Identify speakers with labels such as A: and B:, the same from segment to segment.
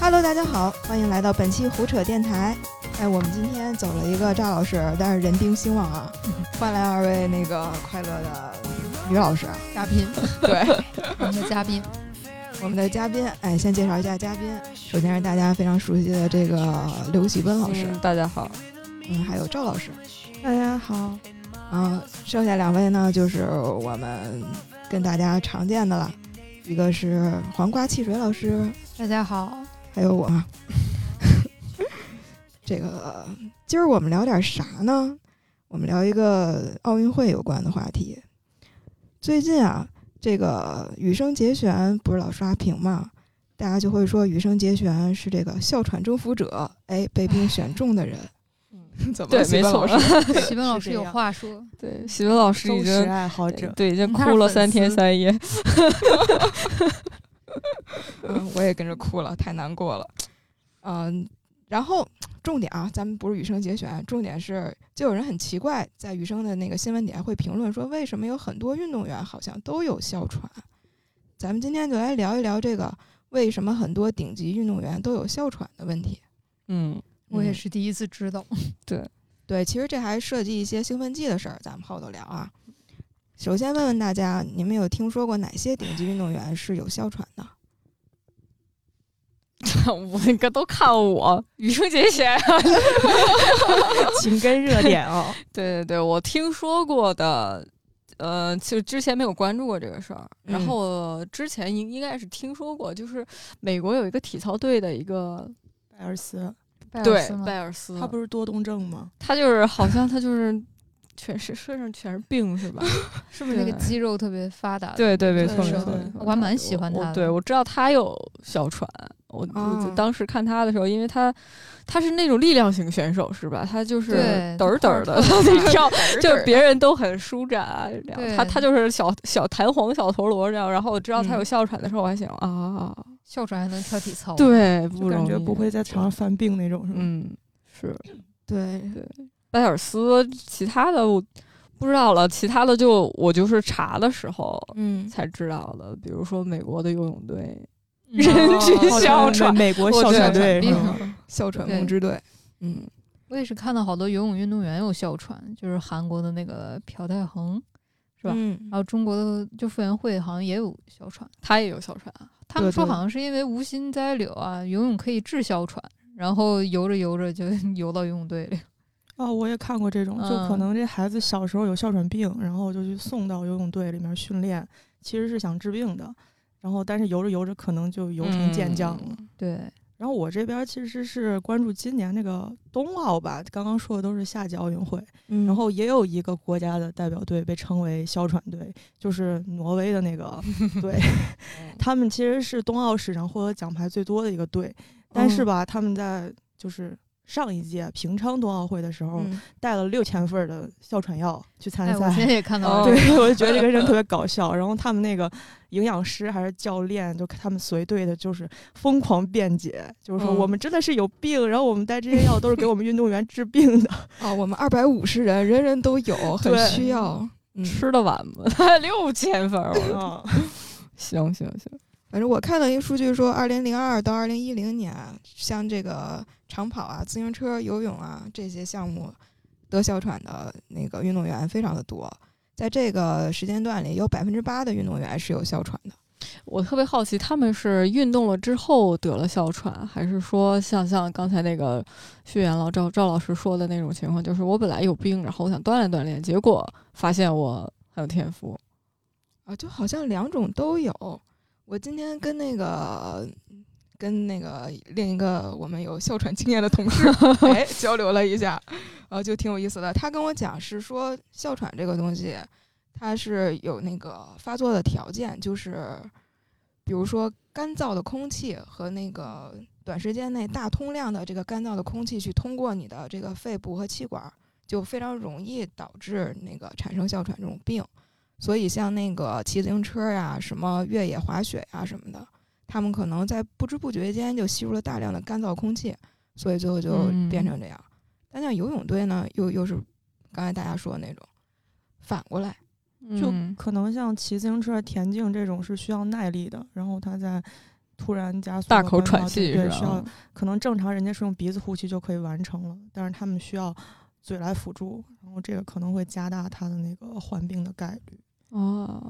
A: Hello，大家好，欢迎来到本期胡扯电台。哎，我们今天走了一个赵老师，但是人丁兴旺 啊，换来二位那个快乐的于老师，啊
B: 嘉 宾，
A: 对，
B: 我们的嘉宾，
A: 我们的嘉宾。哎，先介绍一下嘉宾，首先是大家非常熟悉的这个刘喜奔老师，
C: 嗯，大家好，
A: 嗯，还有赵老师。
D: 大家好，
A: 嗯，剩下两位呢，就是我们跟大家常见的了，一个是黄瓜汽水老师，
B: 大家好，
A: 还有我。 这个今儿我们聊点啥呢？我们聊一个奥运会有关的话题。最近啊，这个羽生结弦不是老刷屏嘛，大家就会说羽生结弦是这个哮喘征服者，哎，被并选中的人。怎么
C: 对
A: 了？
C: 没错
A: 徐奔老师
B: 徐文老师
D: 是这
B: 有
D: 样
B: 话说，
C: 对，喜文老师
D: 忠
C: 已
D: 实
C: 经
D: 爱好者。
C: 对已经
B: 他是
C: 哭了
B: 粉
C: 三天
B: 丝
C: 三夜，
A: 嗯，我也跟着哭了，太难过了。嗯，然后重点啊，咱们不是羽生结弦，重点是就有人很奇怪，在羽生的那个新闻底下会评论说，为什么有很多运动员好像都有哮喘？咱们今天就来聊一聊这个为什么很多顶级运动员都有哮喘的问题。
C: 嗯，
B: 我也
A: 嗯
B: 是第一次知道。
A: 对，其实这还涉及一些兴奋剂的事儿，咱们后头聊啊。首先问问大家，你们有听说过哪些顶级运动员是有哮喘的？
C: 我你个都看我，羽生结 弦，
D: 情 根热点哦，
C: 对对对，我听说过的，呃，就之前没有关注过这个事儿，然
A: 嗯
C: 后我之前应应该是听说过，就是美国有一个体操队的一个
D: 拜尔斯，
B: 拜尔
C: 对
B: 斯吗
C: 拜尔斯，
D: 他不是多动症吗？
C: 他就是好像他就是全是身上全是病是吧？ 是不
B: 是
C: 是
B: 那个肌肉特别发达的，
C: 对对，没
B: 对
C: 错没
D: 是
C: 错，
D: 对
C: 没错
B: 我还蛮喜欢
C: 我我
B: 他的
C: 对，我知道他有哮喘，我我
A: 哦
C: 当时看他的时候，因为他他是那种力量型选手是吧？他就是
B: 对
C: 嘚儿嘚儿的
B: 他块儿特别大
C: 跳，就是别人都很舒展啊，这
B: 对
C: 样他他就是小小弹簧小陀螺这样。然后我知道他有
A: 嗯
C: 哮喘的时候，我还想啊，
B: 哮喘还能跳体操，，
C: 对，不
D: 哦就感
C: 容
D: 觉
C: 易，
D: 不会在场上犯病那种，是吗？
C: 嗯，是
A: 对，
C: 拜尔斯，其他的我不知道了，其他的就我就是查的时候。
A: 嗯，
C: 才知道的，比如说美国的游泳队，
D: 哦
B: 嗯
C: 人去
D: 好像
C: 哮
D: 美
C: 喘，
D: 美国
C: 我
D: 哮
C: 觉得
D: 喘队
B: 病
D: 是吗？
A: 哮喘
B: 对
A: 梦之队。
C: 嗯，
B: 我也是看到好多游泳运动员有哮喘，就是韩国的那个朴泰恒，是吧
A: 嗯
B: 然后中国的就傅园慧好像也有哮喘，
C: 他也有啊哮喘，
B: 他们
A: 对
B: 说
A: 对
B: 好像是因为无心栽柳啊，游泳可以治哮喘，然后游着游着就游到游泳队里。
D: 哦，我也看过这种，就可
B: 嗯
D: 能这孩子小时候有哮喘病，然后就去送到游泳队里面训练，其实是想治病的，然后但是游着游着可能就游成健将了。
C: 嗯
B: 对，
D: 然后我这边其实是关注今年那个冬奥吧，刚刚说的都是夏季奥运会，
A: 嗯
D: 然后也有一个国家的代表队被称为哮喘队，就是挪威的 那个队，他们其实是冬奥史上获得奖牌最多的一个队，但是
A: 嗯
D: 吧，他们在就是上一届平昌冬奥会的时候，
A: 嗯
D: 带了六千份儿的哮喘药去参
B: 哎，我今
D: 赛。
B: 天也看到了，
C: 哦
D: 对，我就觉得这个人特别搞笑。然后他们那个营养师还是教练，就他们随队的，就是疯狂辩解，就是说
A: 嗯
D: 我们真的是有病，然后我们带这些药都是给我们运动员治病的。
A: 哦，我们二百五十人，人人都有，很
D: 对
A: 需要。嗯，
C: 吃得完吗？ 他六千分儿，我的
D: 嗯，
C: 行行行，
A: 反正我看到一个数据说，二零零二到二零一零年，像这个长跑啊、自行车、游泳啊这些项目，得哮喘的那个运动员非常的多。在这个时间段里，有百分之八的运动员是有哮喘的。
C: 我特别好奇，他们是运动了之后得了哮喘，还是说像像刚才那个旭元老赵赵老师说的那种情况，就是我本来有病，然后我想锻炼锻炼，结果发现我很有天赋，
A: 啊，就好像两种都有。我今天跟那个跟那个另一个我们有哮喘经验的同事哎交流了一下，呃，就挺有意思的。他跟我讲是说哮喘这个东西，它是有那个发作的条件，就是比如说干燥的空气和那个短时间内大通量的这个干燥的空气去通过你的这个肺部和气管儿，就非常容易导致那个产生哮喘这种病。所以像那个骑自行车呀、什么越野滑雪呀、什么的，他们可能在不知不觉间就吸入了大量的干燥空气，所以最后就
C: 嗯
A: 变成这样。但像游泳队呢，又又是刚才大家说的那种反过来，
B: 嗯
C: 嗯
D: 就可能像骑自行车、田径这种是需要耐力的，然后他在突然加速
C: 大
D: 了
C: 口
D: 奔
C: 喘
D: 跑
C: 气是
D: 对，需要
C: 吧？
D: 可能正常人家是用鼻子呼吸就可以完成了，但是他们需要嘴来辅助，然后这个可能会加大他的那个患病的概率。
C: 啊，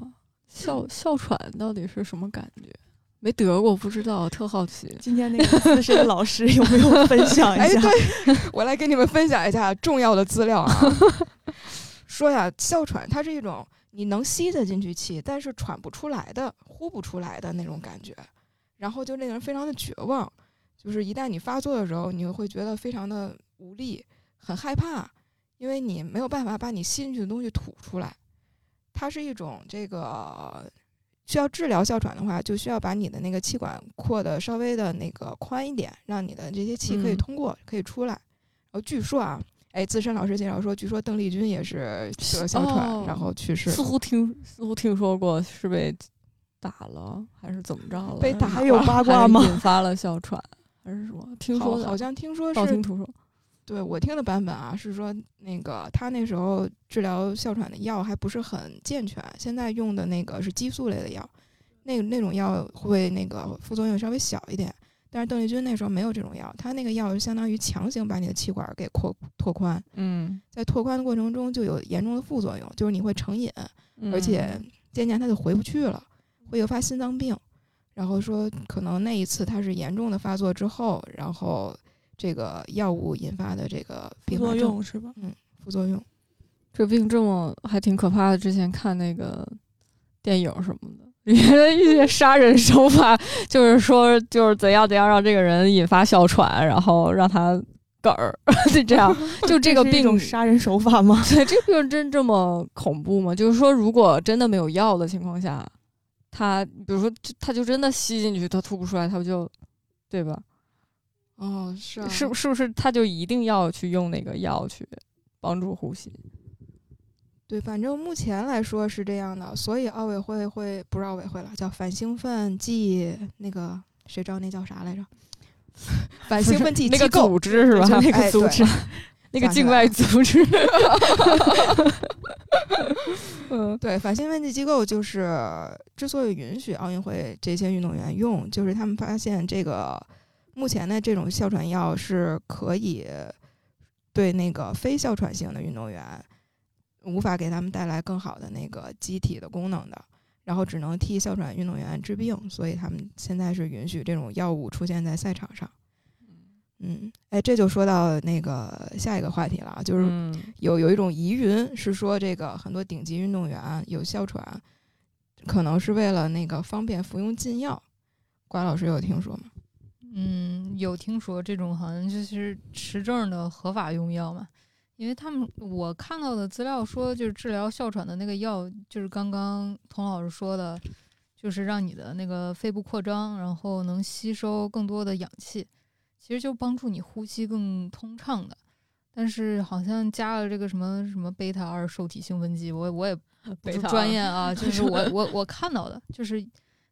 C: 哮哮喘到底是什么感觉？没得过，不知道，特好奇。
D: 今天那个资深老师有没有分享
A: 哎
D: 一下？
A: 我来给你们分享一下重要的资料 啊。说呀，哮喘它是一种你能吸得进去气，但是喘不出来的、呼不出来的那种感觉，然后就令人非常的绝望。就是一旦你发作的时候，你会觉得非常的无力，很害怕，因为你没有办法把你吸进去的东西吐出来。它是一种这个需要治疗哮喘的话，就需要把你的那个气管扩的稍微的那个宽一点，让你的这些气可以
C: 嗯
A: 通过，可以出来。然后据说啊，哎，资深老师介绍说，据说邓丽君也是得了哮喘，
C: 哦
A: 然后去世。
C: 似乎听似乎听说过是被打了还是怎么着了？
A: 被打
D: 还有
A: 了嗯
D: 八
C: 还是
D: 卦吗？
C: 引发了哮喘还是什么？听说
A: 好
C: 的，
A: 好像听说
C: 道听
A: 是，
C: 途说。
A: 对我听的版本啊，是说那个他那时候治疗哮喘的药还不是很健全，现在用的那个是激素类的药，那那种药会那个副作用稍微小一点。但是邓丽君那时候没有这种药，她那个药相当于强行把你的气管给扩拓宽，
C: 嗯，
A: 在拓宽的过程中就有严重的副作用，就是你会成瘾，
D: 嗯
A: 而且渐渐他就回不去了，会诱发心脏病。然后说，可能那一次他是严重的发作之后，然后这个药物引发的这个
D: 副
A: 并
D: 作
A: 发症
D: 用是吧？
A: 副作用。
C: 这病这么还挺可怕的。之前看那个电影什么的，里面的 一些杀人手法，就是说就是怎样怎样让这个人引发哮喘，然后让他嗝儿， 就这 样。就这个
D: 是一
C: 病
D: 种杀人手法吗？
C: 对，这个病真这么恐怖吗？就是说，如果真的没有药的情况下，他比如说就，他就真的吸进去，他吐不出来，他不就，对吧？
A: 哦，是啊
C: 是是不是他就一定要去用那个药去帮助呼吸？
A: 对，反正目前来说是这样的，所以奥委会会不是奥委会了，叫反兴奋剂那个谁知道那叫啥来着？ 反兴奋剂
C: 那个
A: 机构哎
C: 组织是吧？
A: 就那个组织，
C: 那个
A: 想起
C: 境
A: 来
C: 外
A: 了
C: 组织。嗯
A: 对，反兴奋剂机构就是之所以允许奥运会这些运动员用，就是他们发现这个目前的这种哮喘药是可以对那个非哮喘型的运动员无法给他们带来更好的那个机体的功能的，然后只能替哮喘运动员治病，所以他们现在是允许这种药物出现在赛场上。嗯，哎，这就说到那个下一个话题了，啊，就是
C: 嗯，
A: 有有一种疑云是说，这个很多顶级运动员有哮喘，可能是为了那个方便服用禁药。瓜老师有听说吗？
B: 嗯，有听说这种好像就是持证的合法用药嘛，因为他们我看到的资料说，就是治疗哮喘的那个药，就是刚刚童老师说的，就是让你的那个肺部扩张，然后能吸收更多的氧气，其实就帮助你呼吸更通畅的。但是好像加了这个什么什么贝塔二受体兴奋剂，我我也不
C: 北
B: 是
C: 塔
B: 专业啊，就是我我我看到的，就是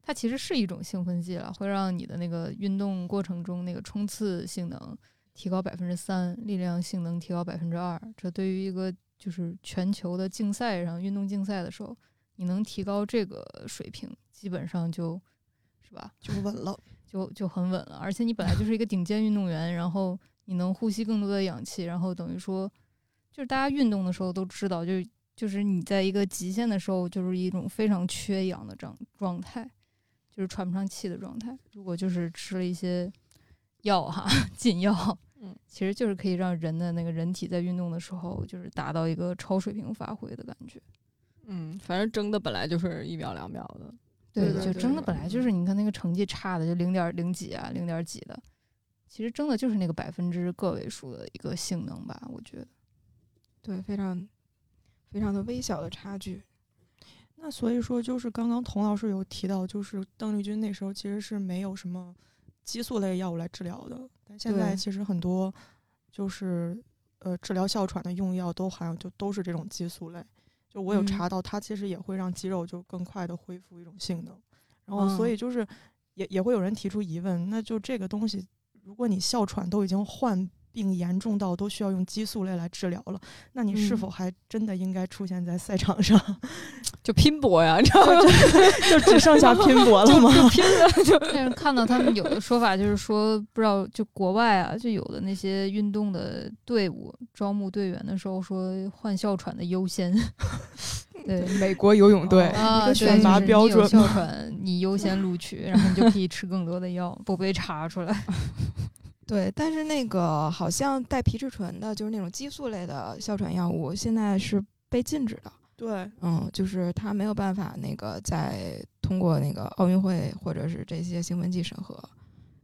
B: 它其实是一种兴奋剂了，会让你的那个运动过程中那个冲刺性能提高百分之三，力量性能提高百分之二。这对于一个就是全球的竞赛上运动竞赛的时候，你能提高这个水平，基本上就是吧，
D: 就稳了。
B: 就就很稳了。而且你本来就是一个顶尖运动员，然后你能呼吸更多的氧气，然后等于说，就是大家运动的时候都知道，就是就是你在一个极限的时候，就是一种非常缺氧的状状态，就是喘不上气的状态。如果就是吃了一些药哈，禁药，
C: 嗯，
B: 其实就是可以让人的那个人体在运动的时候，就是达到一个超水平发挥的感觉。
C: 嗯，反正争的本来就是一秒两秒的。
A: 对对
B: 就
A: 对
B: 争的
A: 是
B: 本来就是你看那个成绩差的，就零点零几啊，零点几的，其实争的就是那个百分之个位数的一个性能吧，我觉得。
A: 对，非常非常的微小的差距。
D: 那所以说，就是刚刚童老师有提到，就是邓丽君那时候其实是没有什么激素类药物来治疗的，但现在
A: 对
D: 其实很多就是呃治疗哮喘的用药都含有就都是这种激素类。就我有
A: 嗯
D: 查到，它其实也会让肌肉就更快的恢复一种性能，然后所
A: 嗯
D: 以就是也也会有人提出疑问，那就这个东西，如果你哮喘都已经患病严重到都需要用激素类来治疗了，那你是
A: 嗯
D: 否还真的应该出现在赛场上？
C: 就拼搏呀，你知道吗？
D: 就只剩下拼搏了吗？
C: 拼的就
B: 但是看到他们有的说法就是说，不知道就国外啊，就有的那些运动的队伍招募队员的时候说换哮喘的优先， 对。
A: 美国游泳队，
B: 啊，
D: 个
B: 对
D: 选
B: 就
D: 拔
B: 是
D: 标
B: 你有
D: 准
B: 哮喘你优先录取，然后你就可以吃更多的药，不被查出来。
A: 对，但是那个好像带皮质醇的，就是那种激素类的哮喘药物，现在是被禁止的。
D: 对，
A: 嗯，就是它没有办法那个再通过那个奥运会或者是这些兴奋剂审核，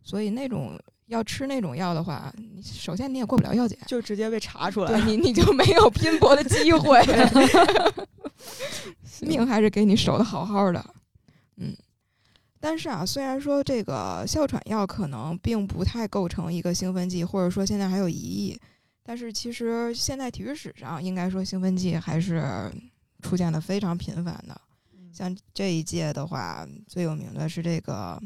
A: 所以那种要吃那种药的话，你首先你也过不了药检，
D: 就直接被查出
A: 对
D: 来。
A: 你你就没有拼搏的机会，命还是给你守的好好的，嗯。但是啊，虽然说这个哮喘药可能并不太构成一个兴奋剂，或者说现在还有疑义，但是其实现在体育史上应该说兴奋剂还是出现的非常频繁的。像这一届的话，最有名的是这个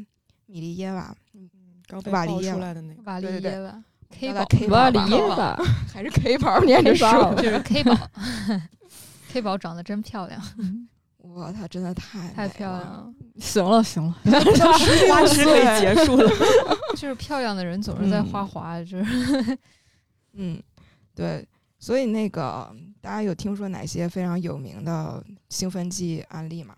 A: 米利耶娃，
D: 刚被
A: 瓦
D: 爆
A: 利耶
D: 出
A: 吧
D: 来的那个，
B: 瓦利
A: 对对
B: 耶吧
A: 叫
B: ，K
A: 它
B: 宝
A: K 宝
C: 瓦里
A: 吧
C: 耶
B: 宝
C: 吧，
A: 还是 K 宝儿念着
C: K 宝
A: 说，
B: 就是 K 宝 ，K 宝长得真漂亮，
A: 哇，她真的太
B: 太
A: 美
B: 漂亮
A: 了。
B: 了。
C: 行了行了，
D: 花痴可以结束了。
B: 就是漂亮的人总是在花
A: 嗯
B: 滑，就是
A: 嗯，对，所以那个大家有听说哪些非常有名的兴奋剂案例吗？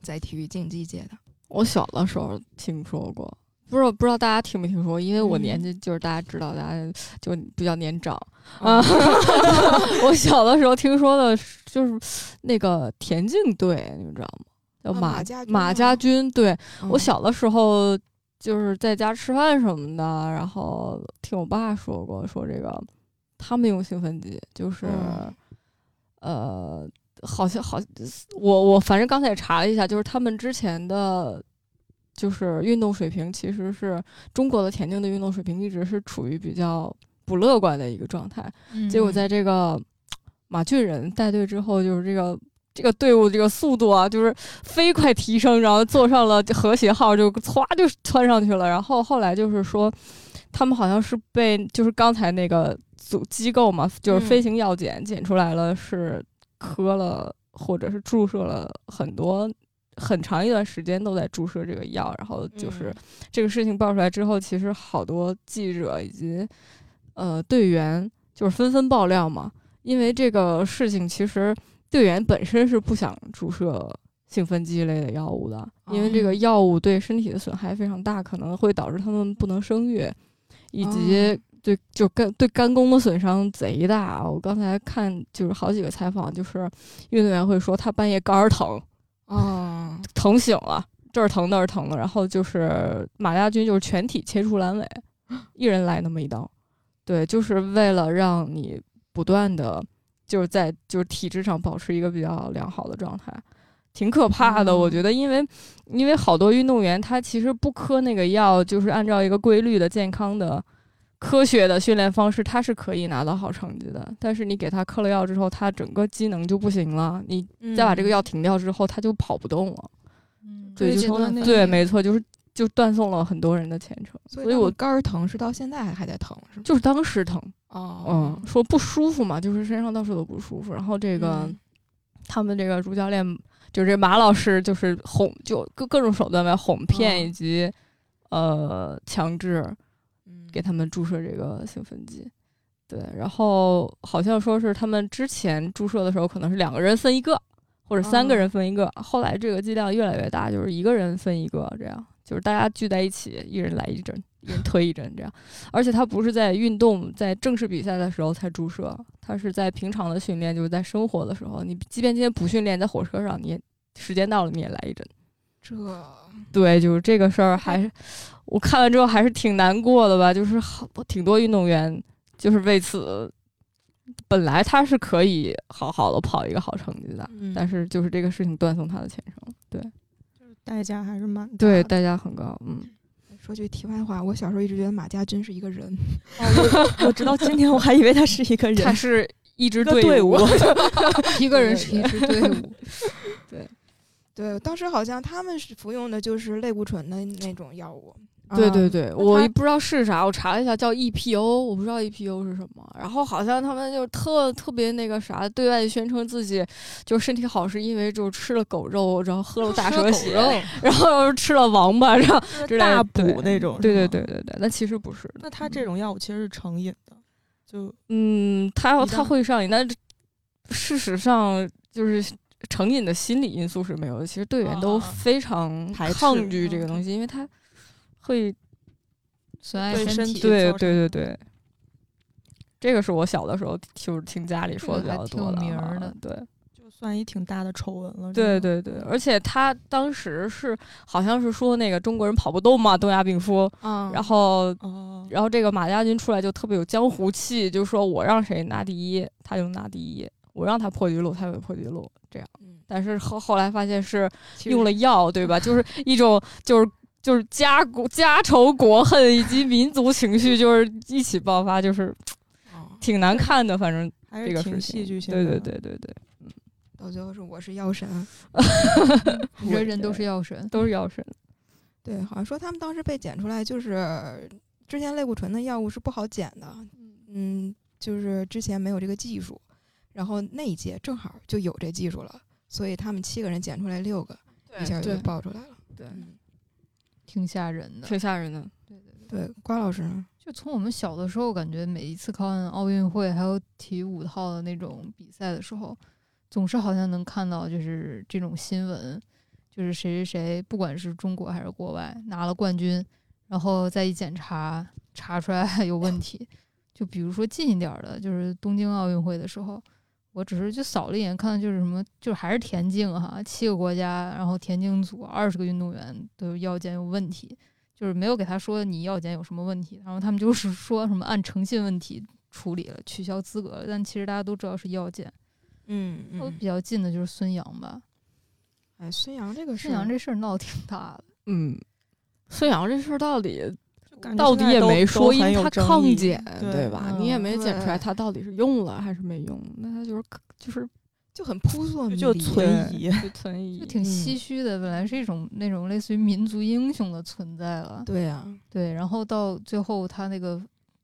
A: 在体育竞技界的，
C: 我小的时候听说过，不知道不知道大家听没听说过，因为我
B: 嗯
C: 年纪就是大家知道，大家就比较年长啊。
A: 啊，
C: 我小的时候听说的是就是那个田径队，你们知道吗？叫
A: 啊
C: 马、
A: 马家军
C: 马
A: 吗
C: 家军队。
A: 嗯
C: 我小的时候就是在家吃饭什么的，然后听我爸说过，说这个他们用兴奋剂，就是、
A: 嗯
C: 呃，好像好，我我反正刚才也查了一下，就是他们之前的。就是运动水平，其实是中国的田径的运动水平一直是处于比较不乐观的一个状态。
B: 嗯
A: 嗯
C: 结果在这个马俊仁带队之后，就是这个这个队伍这个速度啊，就是飞快提升，然后坐上了和谐号，就歘就窜上去了。然后后来就是说，他们好像是被就是刚才那个组机构嘛，就是
A: 嗯
C: 飞行药检检出来了是磕了或者是注射了很多。很长一段时间都在注射这个药，然后就是
A: 嗯
C: 这个事情爆出来之后，其实好多记者以及呃队员就是纷纷爆料嘛，因为这个事情其实队员本身是不想注射兴奋剂类的药物的，因为这个药物对身体的损害非常大，可能会导致他们不能生育，以及对就肝对肝功的损伤贼大。啊我刚才看就是好几个采访，就是运动员会说他半夜肝儿疼，
A: 哦，
C: 疼醒了，这儿疼那儿疼的，然后就是马家军就是全体切除阑尾，一人来那么一刀，对，就是为了让你不断的就是在就是体质上保持一个比较良好的状态，挺可怕的，
A: 嗯
C: 我觉得，因为因为好多运动员他其实不磕那个药，就是按照一个规律的健康的。科学的训练方式，他是可以拿到好成绩的，但是你给他嗑了药之后，他整个机能就不行了。你 再
A: 嗯
C: 把这个药停掉之后，他就跑不动了。
B: 嗯
C: 对
B: 椎
C: 就
B: 间
D: 从
B: 断
D: 那
B: 发
C: 对，
B: 炎
C: 没错，就是就断送了很多人的前程，
A: 嗯所
C: 所以
A: 他
C: 我
A: 们肝儿疼是到现在还还在疼是吗？
C: 就是当时疼，
A: 哦
C: 嗯，，说不舒服嘛，就是身上到处都不舒服。然后这个、
A: 嗯
C: 他们这个主教练，就是这马老师，就是哄，就各各种手段吧，哄骗
A: 嗯
C: 以及、呃强制
A: 嗯
C: 给他们注射这个兴奋剂。对，然后好像说是他们之前注射的时候，可能是两个人分一个，或者三个
A: 哦
C: 人分一个。后来这个剂量越来越大，就是一个人分一个，这样就是大家聚在一起，一人来一针，一人推一针这样。而且他不是在运动、在正式比赛的时候才注射，他是在平常的训练，就是在生活的时候，你即便今天不训练，在火车上你也时间到了你也来一针。
A: 这
C: 对，就是这个事儿，还是我看完之后还是挺难过的吧。就是好挺多运动员就是为此，本来他是可以好好的跑一个好成绩的，
A: 嗯
C: 但是就是这个事情断送他的前程。
D: 代价还是蛮大
C: 对，
D: 的
C: 代价很高。嗯，
A: 说句题外话，我小时候一直觉得马家军是一个 人，
D: 我直到今天我还以为他是一个人，
C: 他是一支
D: 一个队
C: 伍
D: 伍，
B: 一个人
C: 对
B: 是一支队伍，
A: 对，当时好像他们是服用的就是类固醇的那种药物，
C: 对对
A: 嗯
C: 对，
A: 那
C: 我
A: 它
C: 也不知道是啥，我查了一下叫 EPO，我不知道 EPO 是什么。然后好像他们就是特特别那个啥，对外宣称自己就是身体好是因为就是吃了狗肉，然后喝了大
B: 吃了狗
C: 蛇血，
B: 肉，
C: 然后又吃了王八，然后之类的
D: 大
C: 对
D: 补那种。
C: 对对
D: 是吗。
C: 对对对，那其实不是的。
D: 那它这种药物其实是成瘾的，就
C: 嗯，它
D: 一
C: 它
D: 旦
C: 会上瘾，但是事实上就是成瘾的心理因素是没有的。其实队员都
B: 啊
C: 非常
D: 哦排斥
C: 抗拒这个
D: 嗯
C: 东西，因为它会
B: 损害
D: 对
B: 身
D: 身
B: 体，
D: 体
C: 对
D: 造
C: 对对
D: 成
C: 对，这个是我小的时候就是听家里说的
B: 个
C: 比
B: 还
C: 较
B: 挺
C: 多
B: 有
C: 的
B: 名儿
C: 啊
B: 的
C: 对。
D: 就算一挺大的丑闻了。
C: 对
D: 真
C: 对
D: 的，
C: 对，而且他当时是好像是说那个中国人跑不动嘛，东亚病夫，
A: 嗯，
C: 然后
D: 哦，
C: 然后这个马家军出来就特别有江湖气，就说我让谁拿第一，他就拿第一；我让他破纪录，他就破纪录。这样，
A: 嗯
C: 但是后后来发现是用
A: 了
C: 了药，对吧？就是一种就是就是家国家仇国恨以及民族情绪，就是一起爆发，就是
A: 哦
C: 挺难看的。反正
D: 还
C: 这
D: 是
C: 个
D: 挺
C: 事
D: 戏
C: 情，
D: 剧性
C: 对
D: 的。
C: 对对对对，
A: 到最后是我是药神，
B: 人人都是药神，
C: 都是药神。
A: 对，好像说他们当时被检出来就是之前类固醇的药物是不好检的，嗯，就是之前没有这个技术，然后那一届正好就有这技术了，所以他们七个人检出来六个，一下就
C: 对
A: 爆出来了。
C: 对，
A: 嗯
B: 挺吓人的。
C: 挺吓人的。
A: 对，瓜老师呢？
B: 就从我们小的时候，感觉每一次看奥运会还有体育五套的那种比赛的时候，总是好像能看到就是这种新闻，就是谁谁谁，不管是中国还是国外，拿了冠军，然后再一检查，查出来有问题。就比如说近一点儿的，就是东京奥运会的时候，我只是就扫了一眼，看到就是什么，就还是田径哈，七个国家，然后田径组二十个运动员都有药检有问题。就是没有给他说你药检有什么问题，然后他们就是说什么按诚信问题处理了，取消资格了。但其实大家都知道是药检。
A: 嗯
B: 我比，较近的就是孙杨吧，
A: 哎，孙杨这个事
B: 孙
A: 儿
B: 杨这事儿闹挺大的，
C: 嗯，孙杨这事儿到底
D: 就感觉
C: 到
D: 现
C: 底
D: 在
C: 也
D: 都
C: 没
D: 都
C: 说，因
D: 很
C: 为
D: 有
C: 他
D: 争
C: 抗
D: 议
C: 检，
D: 对
C: 对吧？
B: 嗯
C: 你也没检出来
A: 对
C: 他到底是用了还是没用，那他就是就是
A: 就很扑朔迷离，
D: 就就存
C: 嗯对
D: 疑。
C: 就存疑，
B: 就挺唏嘘的。本来是一种那种类似于民族英雄的存在了，
A: 对啊呀、
B: 对，然后到最后他那个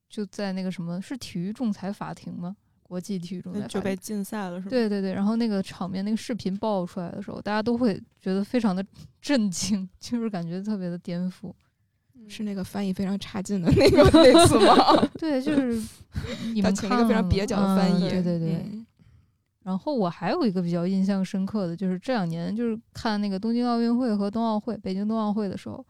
B: 就在那个什么是体育仲裁法庭吗？国际体育仲裁
D: 那
B: 法庭
D: 嗯就被禁赛了是吧？
B: 对对对，然后那个场面那个视频爆出来的时候，大家都会觉得非常的震惊， 就是感觉特别的颠覆。嗯
A: 是那个翻译非常差劲的那个 那次吗？
B: 对，就是 你
A: 他
B: 们
A: 请
B: 看
A: 了一个非常蹩
B: 了吗
A: 脚的翻
B: 嗯
A: 译。
B: 对对对。
A: 嗯
B: 然后我还有一个比较印象深刻的，就是这两年就是看那个东京奥运会和冬奥会、北京冬奥会的时候，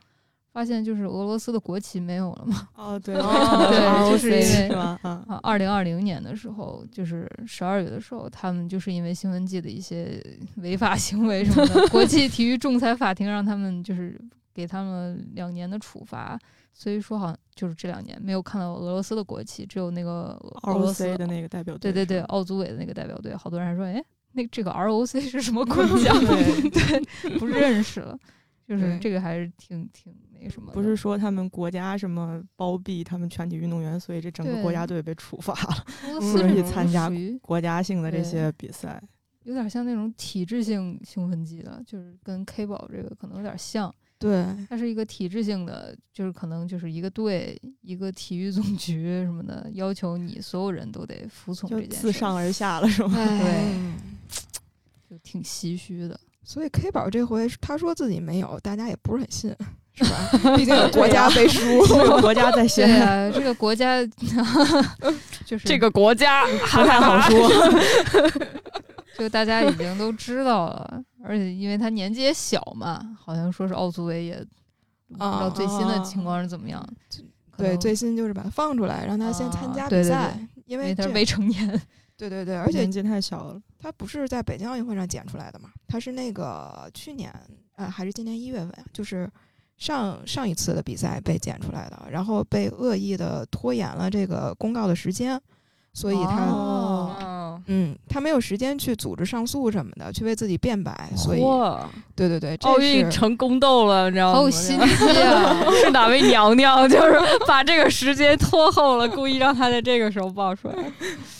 B: 发现就是俄罗斯的国旗没有了嘛。
D: 哦，对，
B: 对就是因为
D: ROC 是吧？啊，
B: 啊，二零二零年的时候，就是十二月的时候，他们就是因为兴奋剂的一些 违法行为什么的，国际体育仲裁法庭让他们就是给他们两年的处罚。所以说，好像就是这两年没有看到俄罗斯的国旗，只有那个俄俄罗斯
D: ROC 的那个代表
B: 对
D: 队，
B: 对对，
D: 是吧
B: 奥组委的那个代表队，好多人还说，哎，那这个 ROC 是什么国家？
D: 对
B: 对，不认识了，就是
A: 对
B: 这个还是挺挺那什么的，
D: 不是说他们国家什么包庇他们全体运动员，所以这整个
B: 对
D: 国家队被处罚了。
B: 俄罗
A: 不
B: 斯
A: 允
B: 这
A: 许
B: 种
D: 参加
B: 属于
D: 国家性的这
B: 对
D: 些比赛，
B: 有点像那种体制性兴奋剂了，就是跟 K 宝这个可能有点像，
A: 对，
B: 它是一个体制性的，就是可能就是一个队、一个体育总局什么的，要求你所有人都得服从这
D: 就
B: 件事，
D: 自上而下 了，是吗？
A: 哎
B: 就挺唏嘘 的。
A: 所以 K 宝这回他说自己没有，大家也不是很信，是 吧？毕竟
D: 哦
A: 有国家背书。
D: 没有 国家在先
B: 啊对，啊，这个国 家 就是
C: 这个国家
D: 不
C: 不
D: 太好。说。
B: 就大家已经都知道了，而且因为他年纪也小嘛，好像说是奥组委也不知道最新的情况是怎么样。可
A: 对，
B: 能
A: 最新就是把它放出来，让他先参加
B: 啊
A: 比
B: 嗯对对
A: 赛，因
B: 因为
A: 为
B: 他
A: 这
B: 是未成年，
A: 对对对，而且
D: 年纪太小了，
A: 他不是在北京奥运会上剪出来的嘛，他是那个去年呃还是今年一月份啊，就是上上一次的比赛被剪出来的，然后被恶意的拖延了这个公告的时间，所以他、
B: 哦
C: 嗯，
A: 嗯他没有时间去组织上诉什么的，去为自己辩白，
B: 哦
D: 哦
A: 所以
C: 哇，
A: 对对对，这
C: 奥运
A: 是
C: 成宫斗了，你知道吗？
B: 好有心机啊！
C: 是哪位娘娘？就是把这个时间拖后了，故意让他在这个时候爆 出来。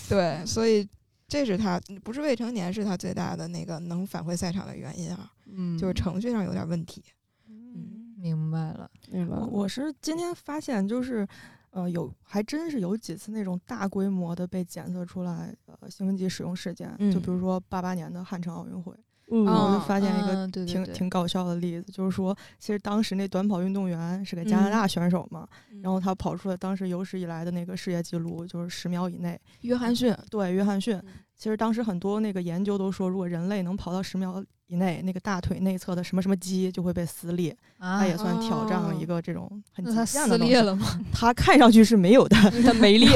A: 对，所以这是他不是未成年是他最大的那个能返回赛场的原因啊，
C: 嗯
A: 就是程序上有点问题。
D: 嗯，
B: 明白了，
C: 明白
D: 我
C: 了。
D: 我是今天发现，就是，呃，有还真是有几次那种大规模的被检测出来呃兴奋剂使用事件，就
A: 嗯
D: 比如说八八年的汉城奥运会，
C: 嗯
D: 我
A: 哦
D: 就发现一个
B: 嗯对对
D: 挺、
B: 对
D: 挺搞笑的例子，就是说，其实当时那短跑运动员是个加拿
C: 嗯
D: 大选手嘛，然
B: 嗯
D: 后
A: 他
D: 他跑出了当时有史以来的那个世界纪录，就是十秒以内。
A: 约翰逊，
D: 对，约翰逊
A: 嗯，
D: 其实当时很多那个研究都说，如果人类能跑到十秒以内，那个大腿内侧的什么什么肌就会被撕裂，
B: 啊
D: 他也算挑战了一
A: 哦
D: 个这种很
B: 那
D: 极
B: 他
D: 限
B: 撕
D: 的东西
B: 裂。了吗？
D: 他看上去是 没有的，
C: 但没裂，